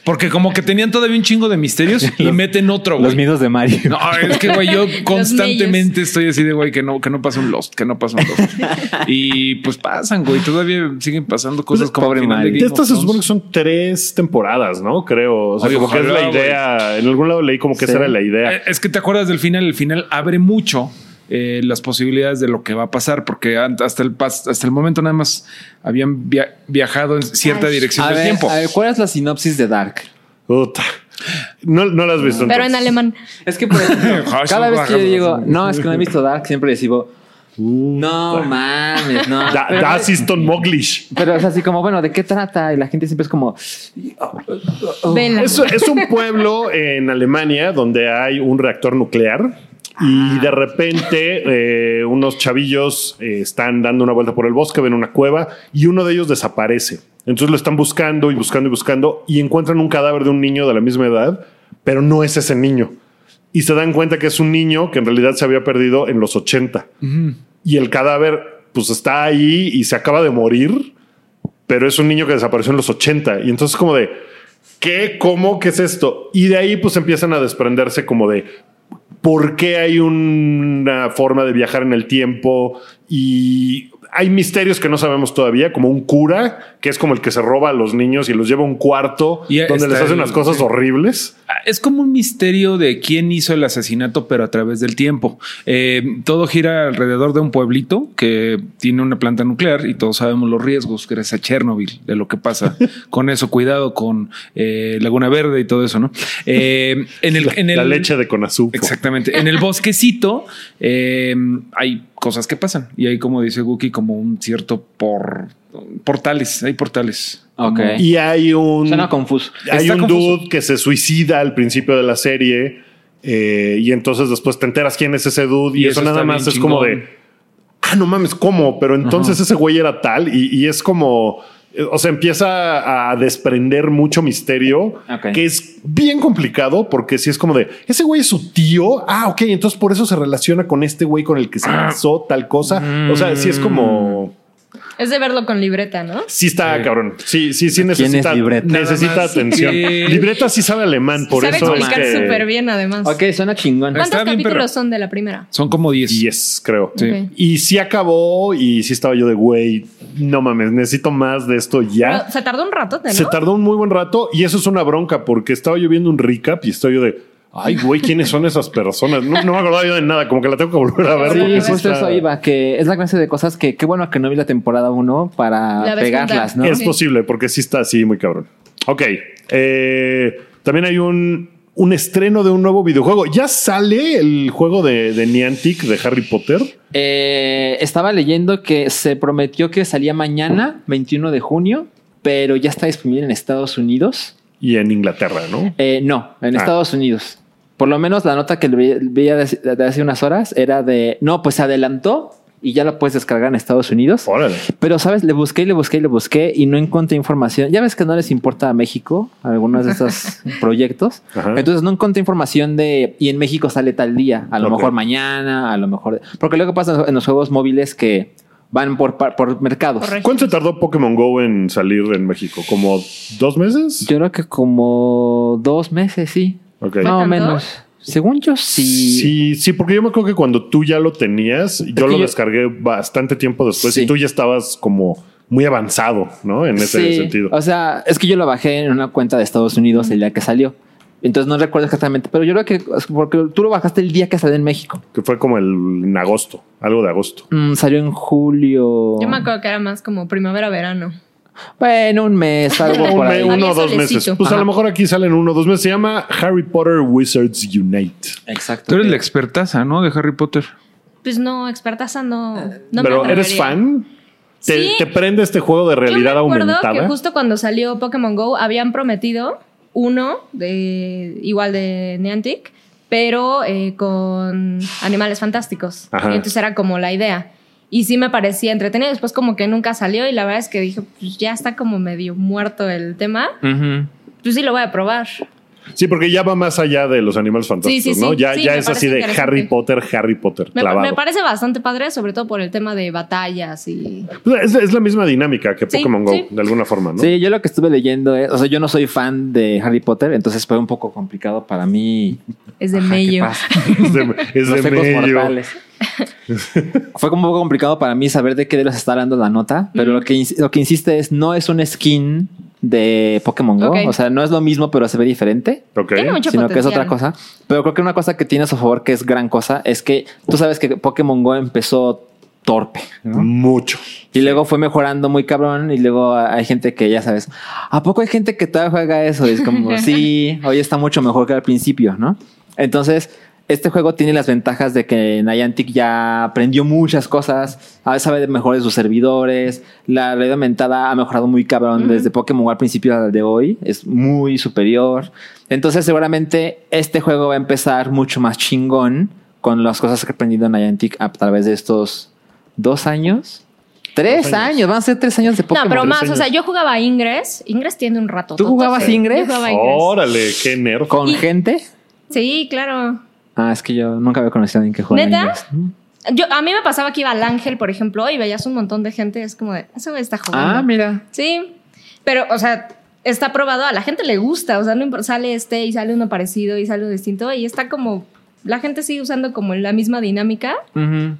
Speaker 5: Porque como que tenían todavía un chingo de misterios y meten otro,
Speaker 3: Los
Speaker 5: güey.
Speaker 3: miedos de Mario.
Speaker 5: No, es que güey, yo constantemente estoy así de güey que no, que no pasa un Lost, que no pasa un Lost. y pues pasan, güey. Todavía siguen pasando
Speaker 3: Pues,
Speaker 5: cosas como
Speaker 3: pobre
Speaker 5: el final de
Speaker 3: Mari.
Speaker 5: Game of
Speaker 2: Estas se
Speaker 5: Thrones.
Speaker 2: supone que son tres temporadas, ¿no? Creo. O sea,
Speaker 5: Oye,
Speaker 2: como que es
Speaker 5: ojalá,
Speaker 2: la idea. En algún lado leí como que
Speaker 3: Sí.
Speaker 2: esa era la idea.
Speaker 5: Eh, Es que te acuerdas del final, el final abre mucho eh, las posibilidades de lo que va a pasar, porque an- hasta el pas- hasta el momento nada más habían via- viajado en cierta
Speaker 4: Ay.
Speaker 5: dirección
Speaker 3: A
Speaker 5: del
Speaker 3: ver,
Speaker 5: tiempo.
Speaker 3: a ver, ¿cuál es la sinopsis de Dark?
Speaker 2: Puta. No, no la has visto.
Speaker 4: Pero en
Speaker 2: entonces.
Speaker 4: alemán.
Speaker 3: Es que por ejemplo, cada vez que yo digo, no, es que no he visto Dark, siempre recibo, no mames, no.
Speaker 2: Uh. Da,
Speaker 3: Pero-
Speaker 2: das ist und Moglish.
Speaker 3: Pero es así como, bueno, ¿de qué trata? Y la gente siempre es como,
Speaker 4: Vela.
Speaker 2: Es, es un pueblo en Alemania donde hay un reactor nuclear y de repente eh, unos chavillos eh, están dando una vuelta por el bosque, ven una cueva y uno de ellos desaparece. Entonces lo están buscando y buscando y buscando y encuentran un cadáver de un niño de la misma edad, pero no es ese niño. Y se dan cuenta que es un niño que en realidad se había perdido en los 80. Y el cadáver pues está ahí y se acaba de morir, pero es un niño que desapareció en los 80. Y entonces como de, ¿qué? ¿Cómo? ¿Qué es esto? Y de ahí pues empiezan a desprenderse como de por qué hay una forma de viajar en el tiempo y hay misterios que no sabemos todavía, como un cura, que es como el que se roba a los niños y los lleva a un cuarto
Speaker 5: Y
Speaker 2: donde
Speaker 5: está
Speaker 2: les hace
Speaker 5: el-
Speaker 2: unas cosas
Speaker 5: sí.
Speaker 2: horribles.
Speaker 5: Ah, Es como un misterio de quién hizo el asesinato, pero a través del tiempo. Eh, todo gira alrededor de un pueblito que tiene una planta nuclear y todos sabemos los riesgos gracias a Chernobyl de lo que pasa con eso. Cuidado con eh, Laguna Verde y todo eso, ¿no? Eh, en el, en el,
Speaker 2: La leche de Conazú.
Speaker 5: Exactamente. En el bosquecito eh, hay cosas que pasan y hay, como dice Guki, como un cierto por portales. Hay portales.
Speaker 3: ok.
Speaker 2: Y hay un...
Speaker 3: Suena confuso.
Speaker 2: Hay
Speaker 3: Está
Speaker 2: un
Speaker 3: confuso.
Speaker 2: dude que se suicida al principio de la serie eh, y entonces después te enteras quién es ese dude y,
Speaker 5: Y
Speaker 2: eso,
Speaker 5: eso
Speaker 2: nada
Speaker 5: está
Speaker 2: más es
Speaker 5: bien
Speaker 2: como
Speaker 5: chingón.
Speaker 2: de, ah, no mames, ¿cómo? Pero entonces ese güey era tal y, y es como, eh, o sea, empieza a desprender mucho misterio
Speaker 3: Ok.
Speaker 2: que es bien complicado porque si es como de, ese güey es su tío, ah, ok, entonces por eso se relaciona con este güey con el que se
Speaker 5: Ah.
Speaker 2: casó tal cosa. O sea, sí es
Speaker 5: Mm.
Speaker 2: como...
Speaker 4: Es de verlo con libreta, ¿no?
Speaker 2: Sí está
Speaker 5: Sí.
Speaker 2: cabrón. Sí, sí, sí
Speaker 3: ¿Quién es
Speaker 2: necesita,
Speaker 3: Libreta?
Speaker 2: necesita
Speaker 5: Nada más
Speaker 2: atención.
Speaker 5: que-
Speaker 2: Libreta sí sabe alemán, por
Speaker 4: Sabe
Speaker 2: eso es
Speaker 4: explicar
Speaker 2: que...
Speaker 4: súper bien, además.
Speaker 3: Ok, suena chingón.
Speaker 5: Está
Speaker 4: ¿Cuántos
Speaker 5: bien,
Speaker 4: capítulos
Speaker 5: pero-
Speaker 4: son de la primera?
Speaker 5: Son como 10.
Speaker 2: Yes, creo.
Speaker 5: Sí.
Speaker 4: Ok.
Speaker 2: Y sí acabó y sí estaba yo de, güey, no mames, necesito más de esto ya.
Speaker 4: Pero se tardó un rato, ¿no?
Speaker 2: Se tardó un muy buen rato y eso es una bronca porque estaba yo viendo un recap y estoy yo de, ay, güey, ¿quiénes son esas personas? No, no me acordaba yo de nada, como que la tengo que volver a ver.
Speaker 3: Sí,
Speaker 2: porque
Speaker 4: Porque
Speaker 3: justo
Speaker 2: está-
Speaker 3: eso iba, que es la clase de cosas que qué bueno que no vi la temporada 1 para
Speaker 4: La ves
Speaker 3: pegarlas, ¿no?
Speaker 4: junta.
Speaker 2: Es
Speaker 4: Sí.
Speaker 2: posible, porque sí está así muy cabrón. Ok. eh, también hay un, un estreno de un nuevo videojuego. Ya sale el juego de, de Niantic de Harry Potter.
Speaker 3: Eh, estaba leyendo que se prometió que salía mañana, 21 de junio, pero ya está disponible en Estados Unidos.
Speaker 2: Y en Inglaterra, ¿no?
Speaker 3: Eh, no, en
Speaker 2: Ah.
Speaker 3: Estados Unidos. Por lo menos la nota que le ve- veía de, de hace unas horas era de, no, pues se adelantó y ya la puedes descargar en Estados Unidos.
Speaker 2: Órale.
Speaker 3: Pero, ¿sabes? Le busqué y le busqué y le busqué y no encontré información. Ya ves que no les importa a México algunos de estos proyectos.
Speaker 2: Ajá.
Speaker 3: Entonces no encontré información de, y en México sale tal día, a lo
Speaker 2: Ok.
Speaker 3: mejor mañana, a lo mejor... Porque lo que pasa en los juegos móviles que Van por, par- por mercados.
Speaker 4: Por región.
Speaker 2: ¿Cuánto se tardó Pokémon Go en salir en México? ¿Como dos meses?
Speaker 3: Yo creo que como dos meses, sí.
Speaker 2: Ok.
Speaker 3: Más o
Speaker 4: ¿Tanto?
Speaker 3: menos. Según yo, sí.
Speaker 2: Sí, sí, porque yo me acuerdo que cuando tú ya lo tenías, yo
Speaker 3: que
Speaker 2: lo
Speaker 3: yo-
Speaker 2: descargué bastante tiempo después
Speaker 3: Sí.
Speaker 2: y tú ya estabas como muy avanzado, ¿no? En ese
Speaker 3: Sí, Ah.
Speaker 2: sentido.
Speaker 3: O sea, es que yo lo bajé en una cuenta de Estados Unidos el día que salió. Entonces no recuerdo exactamente, pero yo creo que porque tú lo bajaste el día que salió en México.
Speaker 2: Que fue como el, en agosto, algo de agosto.
Speaker 3: Mm, salió en julio.
Speaker 4: Yo me acuerdo que era más como primavera-verano.
Speaker 3: Bueno, un mes, algo
Speaker 2: Como
Speaker 3: por
Speaker 2: un
Speaker 3: ahí.
Speaker 2: me- uno
Speaker 4: Había
Speaker 2: o dos
Speaker 4: solecito.
Speaker 2: meses. Pues a
Speaker 3: Ajá.
Speaker 2: lo mejor aquí salen uno o dos meses. Se llama Harry Potter Wizards Unite.
Speaker 3: Exacto.
Speaker 5: Tú eres la expertaza, ¿no? De Harry Potter.
Speaker 4: Pues no, expertaza no. no me
Speaker 2: Pero eres
Speaker 4: atrevería.
Speaker 2: fan. ¿Te,
Speaker 4: Sí.
Speaker 2: te prende este juego de realidad
Speaker 4: Yo me acuerdo
Speaker 2: aumentada.
Speaker 4: que justo cuando salió Pokémon Go habían prometido uno de igual de Niantic, pero eh, con animales fantásticos.
Speaker 2: Ajá.
Speaker 4: Y entonces era como la idea. Y sí me parecía entretenido. Después como que nunca salió y la verdad es que dije, pues ya está como medio muerto el tema.
Speaker 3: Ujú.
Speaker 4: Pues sí lo voy a probar.
Speaker 2: Sí, porque ya va más allá de los animales fantásticos,
Speaker 4: sí,
Speaker 2: ¿no?
Speaker 4: sí.
Speaker 2: Ya,
Speaker 4: Sí,
Speaker 2: ya
Speaker 4: me
Speaker 2: es así
Speaker 4: parece
Speaker 2: de
Speaker 4: interesante.
Speaker 2: Harry Potter, Harry Potter,
Speaker 4: Me,
Speaker 2: clavado.
Speaker 4: me parece bastante padre, sobre todo por el tema de batallas y...
Speaker 2: Pues Es, es la misma dinámica que
Speaker 4: Sí,
Speaker 2: Pokémon Go,
Speaker 4: sí.
Speaker 2: de alguna forma, ¿no?
Speaker 3: Sí, yo lo que estuve leyendo es, o sea, yo no soy fan de Harry Potter, entonces fue un poco complicado para mí.
Speaker 4: Es de
Speaker 3: Ajá, ¿qué
Speaker 4: mello.
Speaker 3: pasa?
Speaker 2: Es de, es
Speaker 3: Los
Speaker 2: de
Speaker 3: ecos
Speaker 2: medio.
Speaker 3: mortales. Fue como un poco complicado para mí saber de qué de los está hablando la nota, pero lo, que, ins- lo que insiste es no es un skin de Pokémon Go,
Speaker 4: Ok.
Speaker 3: o sea, no es lo mismo pero se ve diferente,
Speaker 2: Ok.
Speaker 4: Tiene mucho
Speaker 3: sino que es
Speaker 4: potencial.
Speaker 3: otra cosa. Pero creo que una cosa que tiene a su favor que es gran cosa es que tú sabes que Pokémon Go empezó torpe, ¿no?
Speaker 2: Mucho.
Speaker 3: Y luego fue mejorando muy cabrón y luego hay gente que ya sabes, ¿a poco hay gente que todavía juega eso? Y es como, sí, hoy está mucho mejor que al principio, ¿no? Entonces, este juego tiene las ventajas de que Niantic ya aprendió muchas cosas, a- sabe de mejor de sus servidores, la red aumentada ha mejorado muy cabrón desde Pokémon Go al principio al de hoy, es muy superior. Entonces, seguramente este juego va a empezar mucho más chingón con las cosas que ha aprendido Niantic a través de estos dos años. Tres
Speaker 2: Dos años.
Speaker 3: años. van a ser tres años de Pokémon.
Speaker 4: no, pero más,
Speaker 2: tres
Speaker 4: o sea, yo jugaba Ingress. Ingress tiene un rato.
Speaker 3: ¿Tú jugabas
Speaker 4: totote.
Speaker 3: Ingress?
Speaker 4: Yo jugaba Ingress.
Speaker 2: Órale, qué nerd.
Speaker 3: ¿Con
Speaker 4: Y-
Speaker 3: gente?
Speaker 4: Sí, claro.
Speaker 3: Ah, es que yo nunca había conocido a alguien que jugara
Speaker 4: ¿Neta?
Speaker 3: inglés.
Speaker 4: Yo, a mí me pasaba que iba al Ángel, por ejemplo, y veías un montón de gente. Es como de, eso está jugando.
Speaker 3: Ah, mira.
Speaker 4: sí. Pero, o sea, está probado. A la gente le gusta. O sea, no importa, sale este y sale uno parecido y sale uno distinto. Y está como. La gente sigue usando como la misma dinámica.
Speaker 3: Ujú.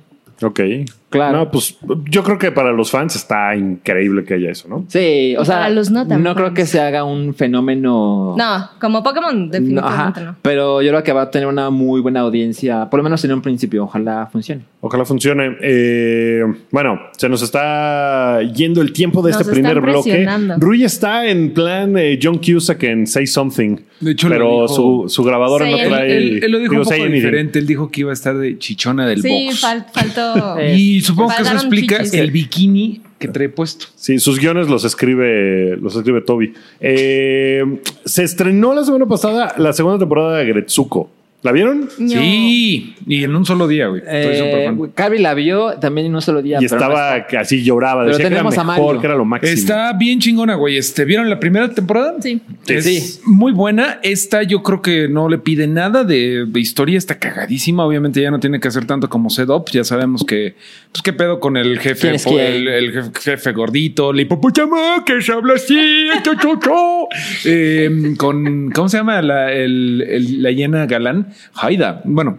Speaker 2: Ok.
Speaker 3: Claro.
Speaker 2: No, pues yo creo que para los fans está increíble que haya eso, ¿no?
Speaker 3: Sí, o
Speaker 4: Y
Speaker 3: sea,
Speaker 4: para los no tan
Speaker 3: creo
Speaker 4: fans.
Speaker 3: que se haga un fenómeno.
Speaker 4: No, como Pokémon,
Speaker 3: No, ajá,
Speaker 4: definitivamente no.
Speaker 3: Pero yo creo que va a tener una muy buena audiencia, por lo menos en un principio. Ojalá funcione.
Speaker 2: Ojalá funcione. Eh, bueno, se nos está yendo el tiempo de
Speaker 4: Nos
Speaker 2: este
Speaker 4: están
Speaker 2: primer bloque.
Speaker 4: presionando.
Speaker 2: Rui está en plan eh, John Cusack en Say Something.
Speaker 5: De hecho, lo
Speaker 2: pero
Speaker 5: dijo.
Speaker 2: su, su grabadora
Speaker 4: Say
Speaker 2: no
Speaker 5: Él,
Speaker 2: trae.
Speaker 5: él- él lo dijo
Speaker 2: digo,
Speaker 5: un poco
Speaker 2: Say Anything.
Speaker 5: diferente. Él dijo que iba a estar de chichona del
Speaker 4: Sí,
Speaker 5: box.
Speaker 4: fal- faltó.
Speaker 3: Eh,
Speaker 5: Y supongo que eso
Speaker 4: Faltaron
Speaker 5: explica
Speaker 4: chichis.
Speaker 5: el bikini que trae puesto.
Speaker 2: Sí, sus guiones los escribe, los escribe Toby. Eh, se estrenó la semana pasada la segunda temporada de Gretsuko. ¿La vieron?
Speaker 4: No.
Speaker 5: Sí, y en un solo día, güey. Estoy súper
Speaker 3: Eh,
Speaker 5: fan.
Speaker 3: Carrie la vio también en un solo día.
Speaker 2: y
Speaker 3: pero no
Speaker 2: estaba
Speaker 3: está.
Speaker 2: que así lloraba, decía
Speaker 3: Pero
Speaker 2: que era
Speaker 3: tenemos a
Speaker 2: mejor,
Speaker 3: Mario.
Speaker 2: que era lo máximo.
Speaker 5: Está bien chingona, güey. Este, ¿Vieron la primera temporada?
Speaker 4: Sí.
Speaker 5: Es
Speaker 3: Sí.
Speaker 5: muy buena. Esta yo creo que no le pide nada de, de historia. Está cagadísima. Obviamente ya no tiene que hacer tanto como setup. Ya sabemos que, pues, qué pedo con el jefe,
Speaker 3: ¿Quién es
Speaker 5: po-
Speaker 3: quién?
Speaker 5: el, el jef- jefe gordito, el hipopotamá que se habla así, cho, cho, cho. Eh, con, ¿cómo se llama? La, el- el- la llena galán, Haida. Bueno.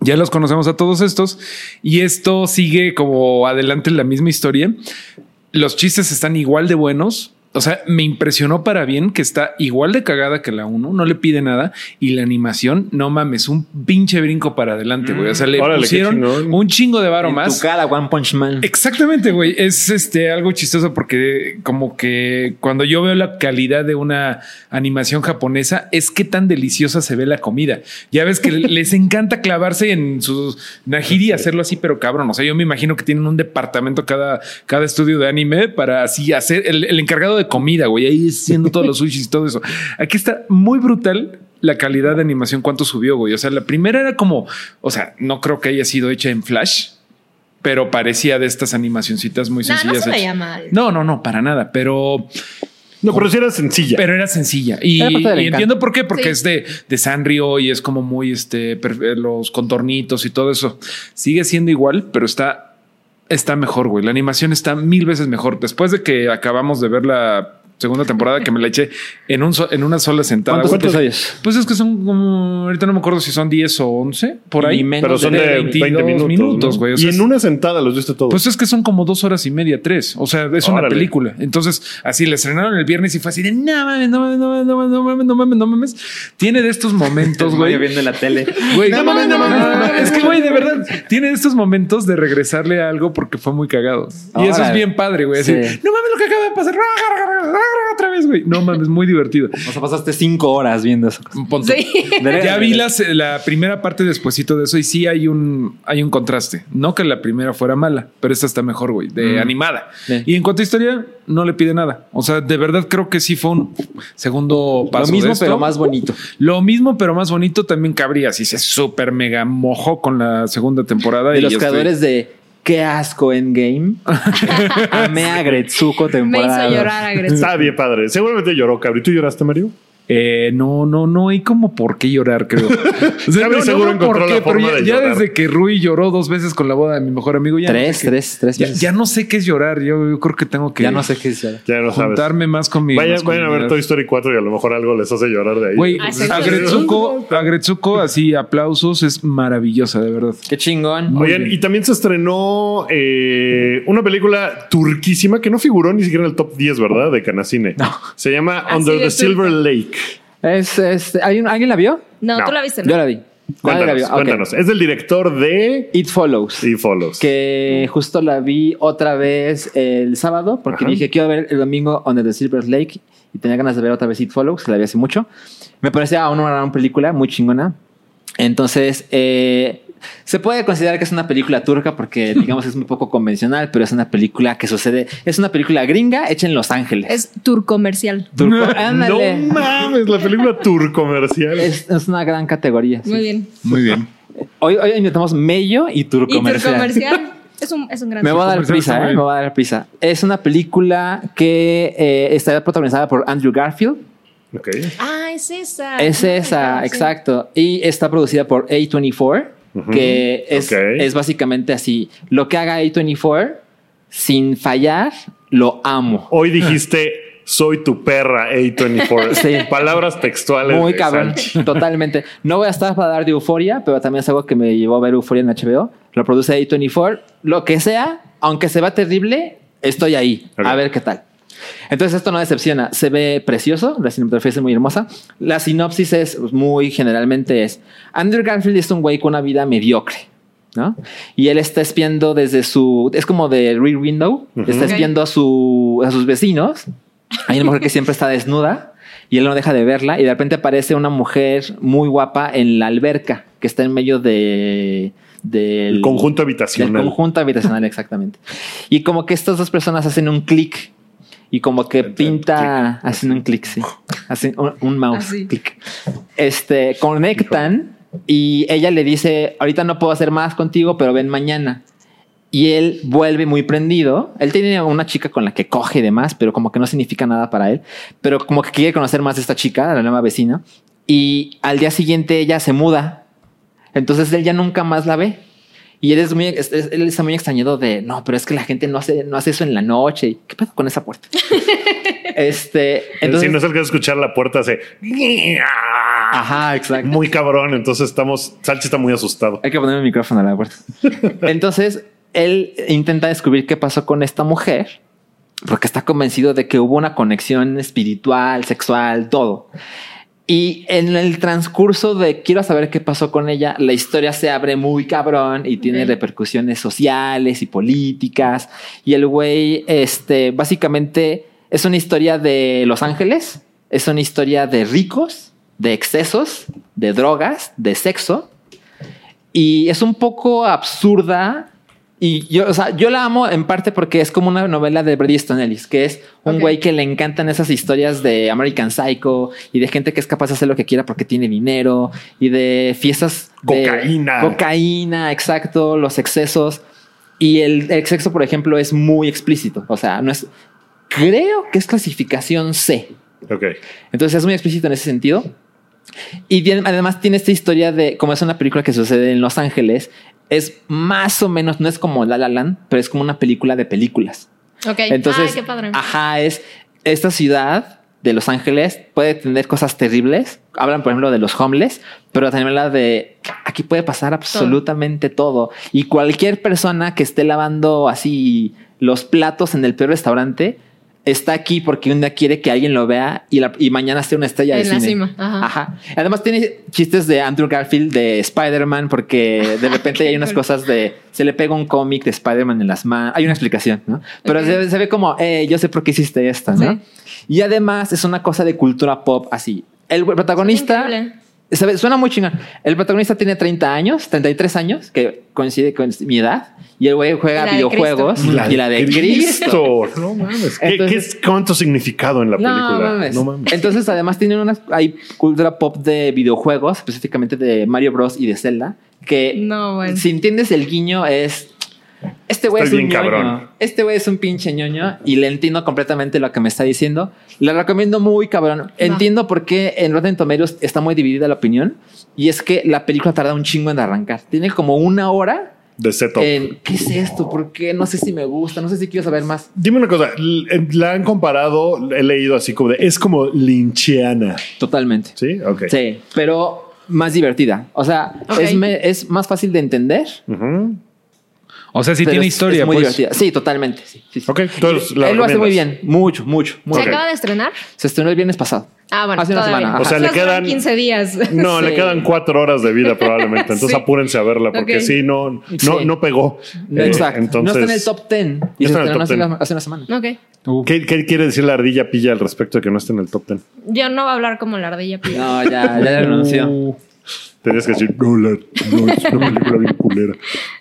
Speaker 5: Ya los conocemos a todos estos y esto sigue como adelante la misma historia, los chistes están igual de buenos. O sea, me impresionó para bien que está igual de cagada que la 1, no le pide nada y la animación, no mames, un pinche brinco para adelante, güey. O sea, le
Speaker 2: Órale, qué
Speaker 5: pusieron
Speaker 2: chingón.
Speaker 5: un chingo de varo
Speaker 3: En tu
Speaker 5: más.
Speaker 3: cara, One Punch Man.
Speaker 5: Exactamente, güey. Es este algo chistoso porque como que cuando yo veo la calidad de una animación japonesa es que tan deliciosa se ve la comida. Ya ves que les encanta clavarse en sus nahiri y hacerlo así, pero cabrón. O sea, yo me imagino que tienen un departamento cada, cada estudio de anime para así hacer el, el encargado de comida, güey. Ahí haciendo todos los sushis y todo eso. Aquí está muy brutal la calidad de animación, cuánto subió, güey. O sea, la primera era como, o sea, no creo que haya sido hecha en Flash, pero parecía de estas animacioncitas muy
Speaker 4: No, no
Speaker 5: sencillas.
Speaker 4: se veía
Speaker 5: hechas.
Speaker 4: mal.
Speaker 5: no, no, no, para nada, pero,
Speaker 2: No, pero sí era sencilla.
Speaker 5: pero era sencilla. Y,
Speaker 3: Era parte del
Speaker 5: y
Speaker 3: encanto.
Speaker 5: entiendo por qué, porque
Speaker 4: Sí.
Speaker 5: es de, de Sanrio y es como muy este, per- eh, los contornitos y todo eso. Sigue siendo igual, pero está está mejor, güey. La animación está mil veces mejor. Después de que acabamos de ver la segunda temporada que me la eché en, un so- en una sola sentada.
Speaker 3: ¿Cuántos
Speaker 5: güey, pues-
Speaker 3: episodios?
Speaker 5: Pues es que son como, ahorita no me acuerdo si son 10 o 11, por ahí.
Speaker 3: Ni menos
Speaker 2: Pero son de 20
Speaker 5: 22
Speaker 2: minutos.
Speaker 5: minutos,
Speaker 2: ¿no?
Speaker 5: güey, o sea,
Speaker 2: y en
Speaker 5: Pues es-
Speaker 2: una sentada los viste todos.
Speaker 5: Pues es que son como dos horas y media, tres. O sea, es una
Speaker 2: Órale.
Speaker 5: película. Entonces, así la estrenaron el viernes y fue así de no mames, no mames, no mames, no mames, no mames, no mames, no mames. Tiene de estos momentos, güey.
Speaker 3: viendo en la tele.
Speaker 5: Güey,
Speaker 2: No mames, no mames, no mames.
Speaker 5: Es que, güey, de verdad, tiene estos momentos de regresarle a algo porque fue muy cagado. Y eso es
Speaker 3: Órale.
Speaker 5: bien padre, güey. Así,
Speaker 3: Sí.
Speaker 5: no mames lo que acaba de pasar. Otra vez, güey. No mames, muy divertido.
Speaker 3: O sea, pasaste cinco horas viendo eso.
Speaker 5: Ponte. Ya vi las- eh, la primera parte despuesito de eso y sí hay un, hay un contraste. No que la primera fuera mala, pero esta está mejor, güey, de
Speaker 3: Mm.
Speaker 5: animada.
Speaker 3: Sí.
Speaker 5: Y en cuanto a historia, no le pide nada. O sea, de verdad creo que sí fue un segundo paso.
Speaker 3: Lo
Speaker 5: de
Speaker 3: mismo,
Speaker 5: esto.
Speaker 3: pero más bonito.
Speaker 5: Lo mismo, pero más bonito también cabría. Si se super mega mojó con la segunda temporada.
Speaker 3: De
Speaker 5: y este,
Speaker 3: los
Speaker 5: estoy-
Speaker 3: creadores de Qué asco Endgame. Amé a Gretsuko
Speaker 4: Me
Speaker 3: temporada.
Speaker 4: hizo
Speaker 3: dos.
Speaker 4: llorar a
Speaker 2: Está
Speaker 3: eh,
Speaker 2: bien, padre. Seguramente lloró, cabrón. ¿Tú lloraste, Mario?
Speaker 5: Eh, no, no, no hay como por qué llorar, creo. O
Speaker 2: Cabri seguro
Speaker 5: veo por
Speaker 2: encontró la
Speaker 5: pero
Speaker 2: forma
Speaker 5: ya,
Speaker 2: de
Speaker 5: ya
Speaker 2: llorar.
Speaker 5: desde que Rui lloró dos veces con la boda de mi mejor amigo, ya no sé
Speaker 3: Tres,
Speaker 5: qué-
Speaker 3: tres, tres.
Speaker 5: Ya,
Speaker 3: veces.
Speaker 5: ya no sé qué es llorar. Yo, yo creo que tengo que
Speaker 3: Ya no sé qué es llorar.
Speaker 2: Ya lo sabes.
Speaker 5: juntarme más con mi.
Speaker 2: Vayan,
Speaker 5: más con
Speaker 2: vayan a
Speaker 5: mi
Speaker 2: ver
Speaker 5: edad.
Speaker 2: Toy Story 4 y a lo mejor algo les hace llorar de ahí.
Speaker 5: Güey,
Speaker 4: Ah, sí,
Speaker 5: a
Speaker 4: sí.
Speaker 5: Gretsuko, a Gretsuko, así aplausos, es maravillosa, de verdad.
Speaker 3: Qué chingón.
Speaker 5: Muy
Speaker 2: Oigan,
Speaker 5: bien.
Speaker 2: y también se estrenó eh, una película turquísima que no figuró ni siquiera en el top 10, ¿verdad? De Canacine.
Speaker 3: No.
Speaker 2: Se llama
Speaker 4: Así
Speaker 2: Under
Speaker 4: de
Speaker 2: the
Speaker 4: turca.
Speaker 2: Silver Lake.
Speaker 3: Es, es- ¿alguien, ¿Alguien la vio?
Speaker 4: No,
Speaker 2: No.
Speaker 4: tú la viste. ¿no?
Speaker 3: Yo la vi. Nadie la
Speaker 2: Cuéntanos,
Speaker 3: vio. Ah, Ok.
Speaker 2: cuéntanos. Es del director de
Speaker 3: It Follows.
Speaker 2: y Follows.
Speaker 3: Que justo la vi otra vez el sábado, porque
Speaker 2: Ajá.
Speaker 3: dije, quiero ver el domingo Under the Silver Lake, y tenía ganas de ver otra vez It Follows, que la vi hace mucho. Me parecía una gran película, muy chingona. Entonces, eh, se puede considerar que es una película turca, porque digamos es muy poco convencional, pero es una película que sucede, es una película gringa hecha en Los Ángeles.
Speaker 4: Es turcomercial.
Speaker 3: Turco-
Speaker 5: No,
Speaker 3: ándale.
Speaker 2: No mames, la película turcomercial.
Speaker 3: Es, es una gran categoría. sí.
Speaker 4: Muy bien.
Speaker 5: Muy bien.
Speaker 3: Hoy, hoy inventamos mello y
Speaker 4: Y
Speaker 3: turcomercial.
Speaker 4: turcomercial es un, es un gran
Speaker 3: Me voy a dar
Speaker 5: Comercial está
Speaker 3: prisa,
Speaker 5: muy
Speaker 3: ¿eh?
Speaker 5: bien.
Speaker 3: Me voy a dar prisa. Es una película que eh, está protagonizada por Andrew Garfield.
Speaker 2: Ok.
Speaker 4: Ah, es esa.
Speaker 3: Es
Speaker 4: Ah,
Speaker 3: esa,
Speaker 4: claro, sí.
Speaker 3: exacto. Y está producida por A24,
Speaker 2: Ujú.
Speaker 3: que es,
Speaker 2: Ok.
Speaker 3: es básicamente así. Lo que haga A24, sin fallar, lo amo.
Speaker 2: Hoy dijiste, soy tu perra, A24.
Speaker 3: Sí.
Speaker 2: Palabras textuales.
Speaker 3: Muy
Speaker 2: de
Speaker 3: cabrón,
Speaker 2: Sánchez.
Speaker 3: totalmente. No voy a estar para dar de euforia, pero también es algo que me llevó a ver euforia en HBO. Lo produce A24. Lo que sea, aunque se vea terrible, estoy ahí.
Speaker 2: Ok.
Speaker 3: A ver qué tal. Entonces esto no decepciona. Se ve precioso, la cinematografía es muy hermosa. La sinopsis es pues, muy generalmente es Andrew Garfield es un güey con una vida mediocre, ¿no? Y él está espiando desde su es como de Rear Window,
Speaker 2: Ujú.
Speaker 3: está
Speaker 4: Ok.
Speaker 3: espiando a su a sus vecinos. Hay una mujer que siempre está desnuda y él no deja de verla y de repente aparece una mujer muy guapa en la alberca que está en medio de del
Speaker 2: El conjunto
Speaker 3: del
Speaker 2: habitacional.
Speaker 3: conjunto habitacional, exactamente. Y como que estas dos personas hacen un clic y como que pinta, hacen un clic, sí. Hacen un, un mouse
Speaker 4: Así.
Speaker 3: clic. Este, conectan y ella le dice, ahorita no puedo hacer más contigo, pero ven mañana. Y él vuelve muy prendido. Él tiene una chica con la que coge y demás, pero como que no significa nada para él. Pero como que quiere conocer más a esta chica, a la nueva vecina. Y al día siguiente ella se muda. Entonces él ya nunca más la ve. Y él, es muy, es- es- él está muy extrañado de, no, pero es que la gente no hace, no hace eso en la noche. ¿Qué pedo con esa puerta? este, entonces...
Speaker 2: si no se alcanza a escuchar la puerta, hace.
Speaker 3: Ajá, exacto.
Speaker 2: Muy cabrón. Entonces estamos. Sánchez está muy asustado.
Speaker 3: Hay que poner el micrófono a la puerta. Entonces, él intenta descubrir qué pasó con esta mujer, porque está convencido de que hubo una conexión espiritual, sexual, todo. Y en el transcurso de quiero saber qué pasó con ella, la historia se abre muy cabrón y tiene
Speaker 4: Ok.
Speaker 3: repercusiones sociales y políticas. Y el güey, este, básicamente es una historia de Los Ángeles, es una historia de ricos, de excesos, de drogas, de sexo. Y es un poco absurda. Y yo, o sea, yo la amo en parte porque es como una novela de Brady Easton Ellis, que es un
Speaker 4: Ok.
Speaker 3: güey que le encantan esas historias de American Psycho y de gente que es capaz de hacer lo que quiera porque tiene dinero y de fiestas de-
Speaker 2: Cocaína.
Speaker 3: cocaína, exacto, los excesos. Y el, el sexo, por ejemplo, es muy explícito. O sea, no es. Creo que es clasificación C.
Speaker 2: Ok.
Speaker 3: Entonces es muy explícito en ese sentido. Y bien, además tiene esta historia de, como es una película que sucede en Los Ángeles, es más o menos, no es como La La Land, pero es como una película de películas.
Speaker 4: Ok.
Speaker 3: Entonces,
Speaker 4: Ay, qué padre.
Speaker 3: ajá, es esta ciudad de Los Ángeles puede tener cosas terribles. Hablan, por ejemplo, de los homeless, pero también habla de aquí puede pasar absolutamente todo. Y cualquier persona que esté lavando así los platos en el peor restaurante está aquí porque un día quiere que alguien lo vea y, la- y mañana esté una estrella de
Speaker 4: En la
Speaker 3: cine.
Speaker 4: cima, ajá.
Speaker 3: Además tiene chistes de Andrew Garfield de Spider-Man porque de repente hay unas
Speaker 4: cool.
Speaker 3: cosas de se le pega un cómic de Spider-Man en las manos. Hay una explicación, ¿no? Pero
Speaker 4: Ok.
Speaker 3: se, se ve como, eh, yo sé por qué hiciste esto, ¿no?
Speaker 4: Sí.
Speaker 3: Y además es una cosa de cultura pop así. El protagonista
Speaker 4: Increíble.
Speaker 3: ¿Sabe? Suena muy chingón. El protagonista tiene 30 años, 33 años, que coincide con mi edad. Y el güey
Speaker 4: Y
Speaker 3: juega
Speaker 4: la de
Speaker 3: videojuegos y la de Cristo.
Speaker 2: No mames. ¿Qué,
Speaker 3: Entonces-
Speaker 2: qué es- ¿Cuánto significado en la película?
Speaker 3: No mames. Entonces, además, tienen unas. Hay cultura pop de videojuegos, específicamente de Mario Bros. y de Zelda. Que
Speaker 4: No, bueno.
Speaker 3: si entiendes el guiño, es. Este güey es
Speaker 2: Estoy
Speaker 3: un
Speaker 2: bien
Speaker 3: ñoño.
Speaker 2: cabrón.
Speaker 3: Este güey es un pinche ñoño y le entiendo completamente lo que me está diciendo. Le recomiendo muy cabrón. Entiendo por qué en Rotten Tomatoes está muy dividida la opinión. Y es que la película tarda un chingo en arrancar. Tiene como una hora
Speaker 2: De setup.
Speaker 3: en ¿qué es esto? ¿Por qué? No sé si me gusta, no sé si quiero saber más.
Speaker 2: Dime una cosa, l- em, la han comparado, he leído así como de, es como linchiana,
Speaker 3: Totalmente.
Speaker 2: ¿sí? Ok.
Speaker 3: Sí, pero más divertida. O sea,
Speaker 4: Ok.
Speaker 3: es, me- es más fácil de entender.
Speaker 2: Ujú.
Speaker 5: O sea, sí
Speaker 3: pero
Speaker 5: tiene
Speaker 3: es-
Speaker 5: historia.
Speaker 3: es muy
Speaker 5: pues.
Speaker 3: divertida. Sí, totalmente. Sí, sí, sí.
Speaker 2: Ok, entonces la
Speaker 3: Él lo hace muy
Speaker 2: recomiendas.
Speaker 3: bien. Mucho, mucho.
Speaker 4: ¿Se
Speaker 3: mucho.
Speaker 2: Ok.
Speaker 4: acaba de estrenar?
Speaker 3: Se estrenó el viernes pasado.
Speaker 2: Eh,
Speaker 4: Ah, bueno.
Speaker 3: Hace una
Speaker 4: todavía.
Speaker 3: semana, ajá.
Speaker 2: O sea, le
Speaker 4: Nos duran
Speaker 2: quedan-
Speaker 4: 15 días.
Speaker 2: No, le
Speaker 3: Sí.
Speaker 2: quedan cuatro horas de vida probablemente, entonces
Speaker 4: Sí.
Speaker 2: apúrense a verla porque
Speaker 4: Ok.
Speaker 2: sí, no, no,
Speaker 3: Sí.
Speaker 2: no pegó.
Speaker 3: No,
Speaker 2: Eh,
Speaker 3: exacto.
Speaker 2: Entonces,
Speaker 3: no está en el top 10. Y
Speaker 2: No
Speaker 3: se
Speaker 2: está en el
Speaker 3: estrenó
Speaker 2: top
Speaker 3: hace,
Speaker 2: 10.
Speaker 3: la- hace una semana.
Speaker 4: Ok.
Speaker 2: ¿qué, qué quiere decir la ardilla pilla al respecto de que no esté en el top ten?
Speaker 4: Yo no voy a hablar como la ardilla pilla.
Speaker 3: No, ya, ya le renunció.
Speaker 2: Tenías que decir, no, la- no, es una película bien culera.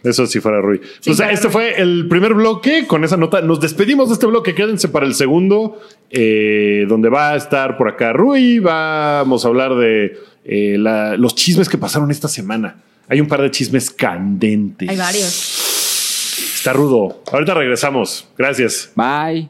Speaker 2: Eso si fuera Rui. pues
Speaker 4: fuera
Speaker 2: este
Speaker 4: Rui.
Speaker 2: fue el primer bloque con esa nota. Nos despedimos de este bloque. Quédense para el segundo, eh, donde va a estar por acá Rui. Vamos a hablar de eh, la- los chismes que pasaron esta semana. Hay un par de chismes candentes.
Speaker 4: Hay varios.
Speaker 2: Está rudo. Ahorita regresamos. Gracias.
Speaker 3: Bye.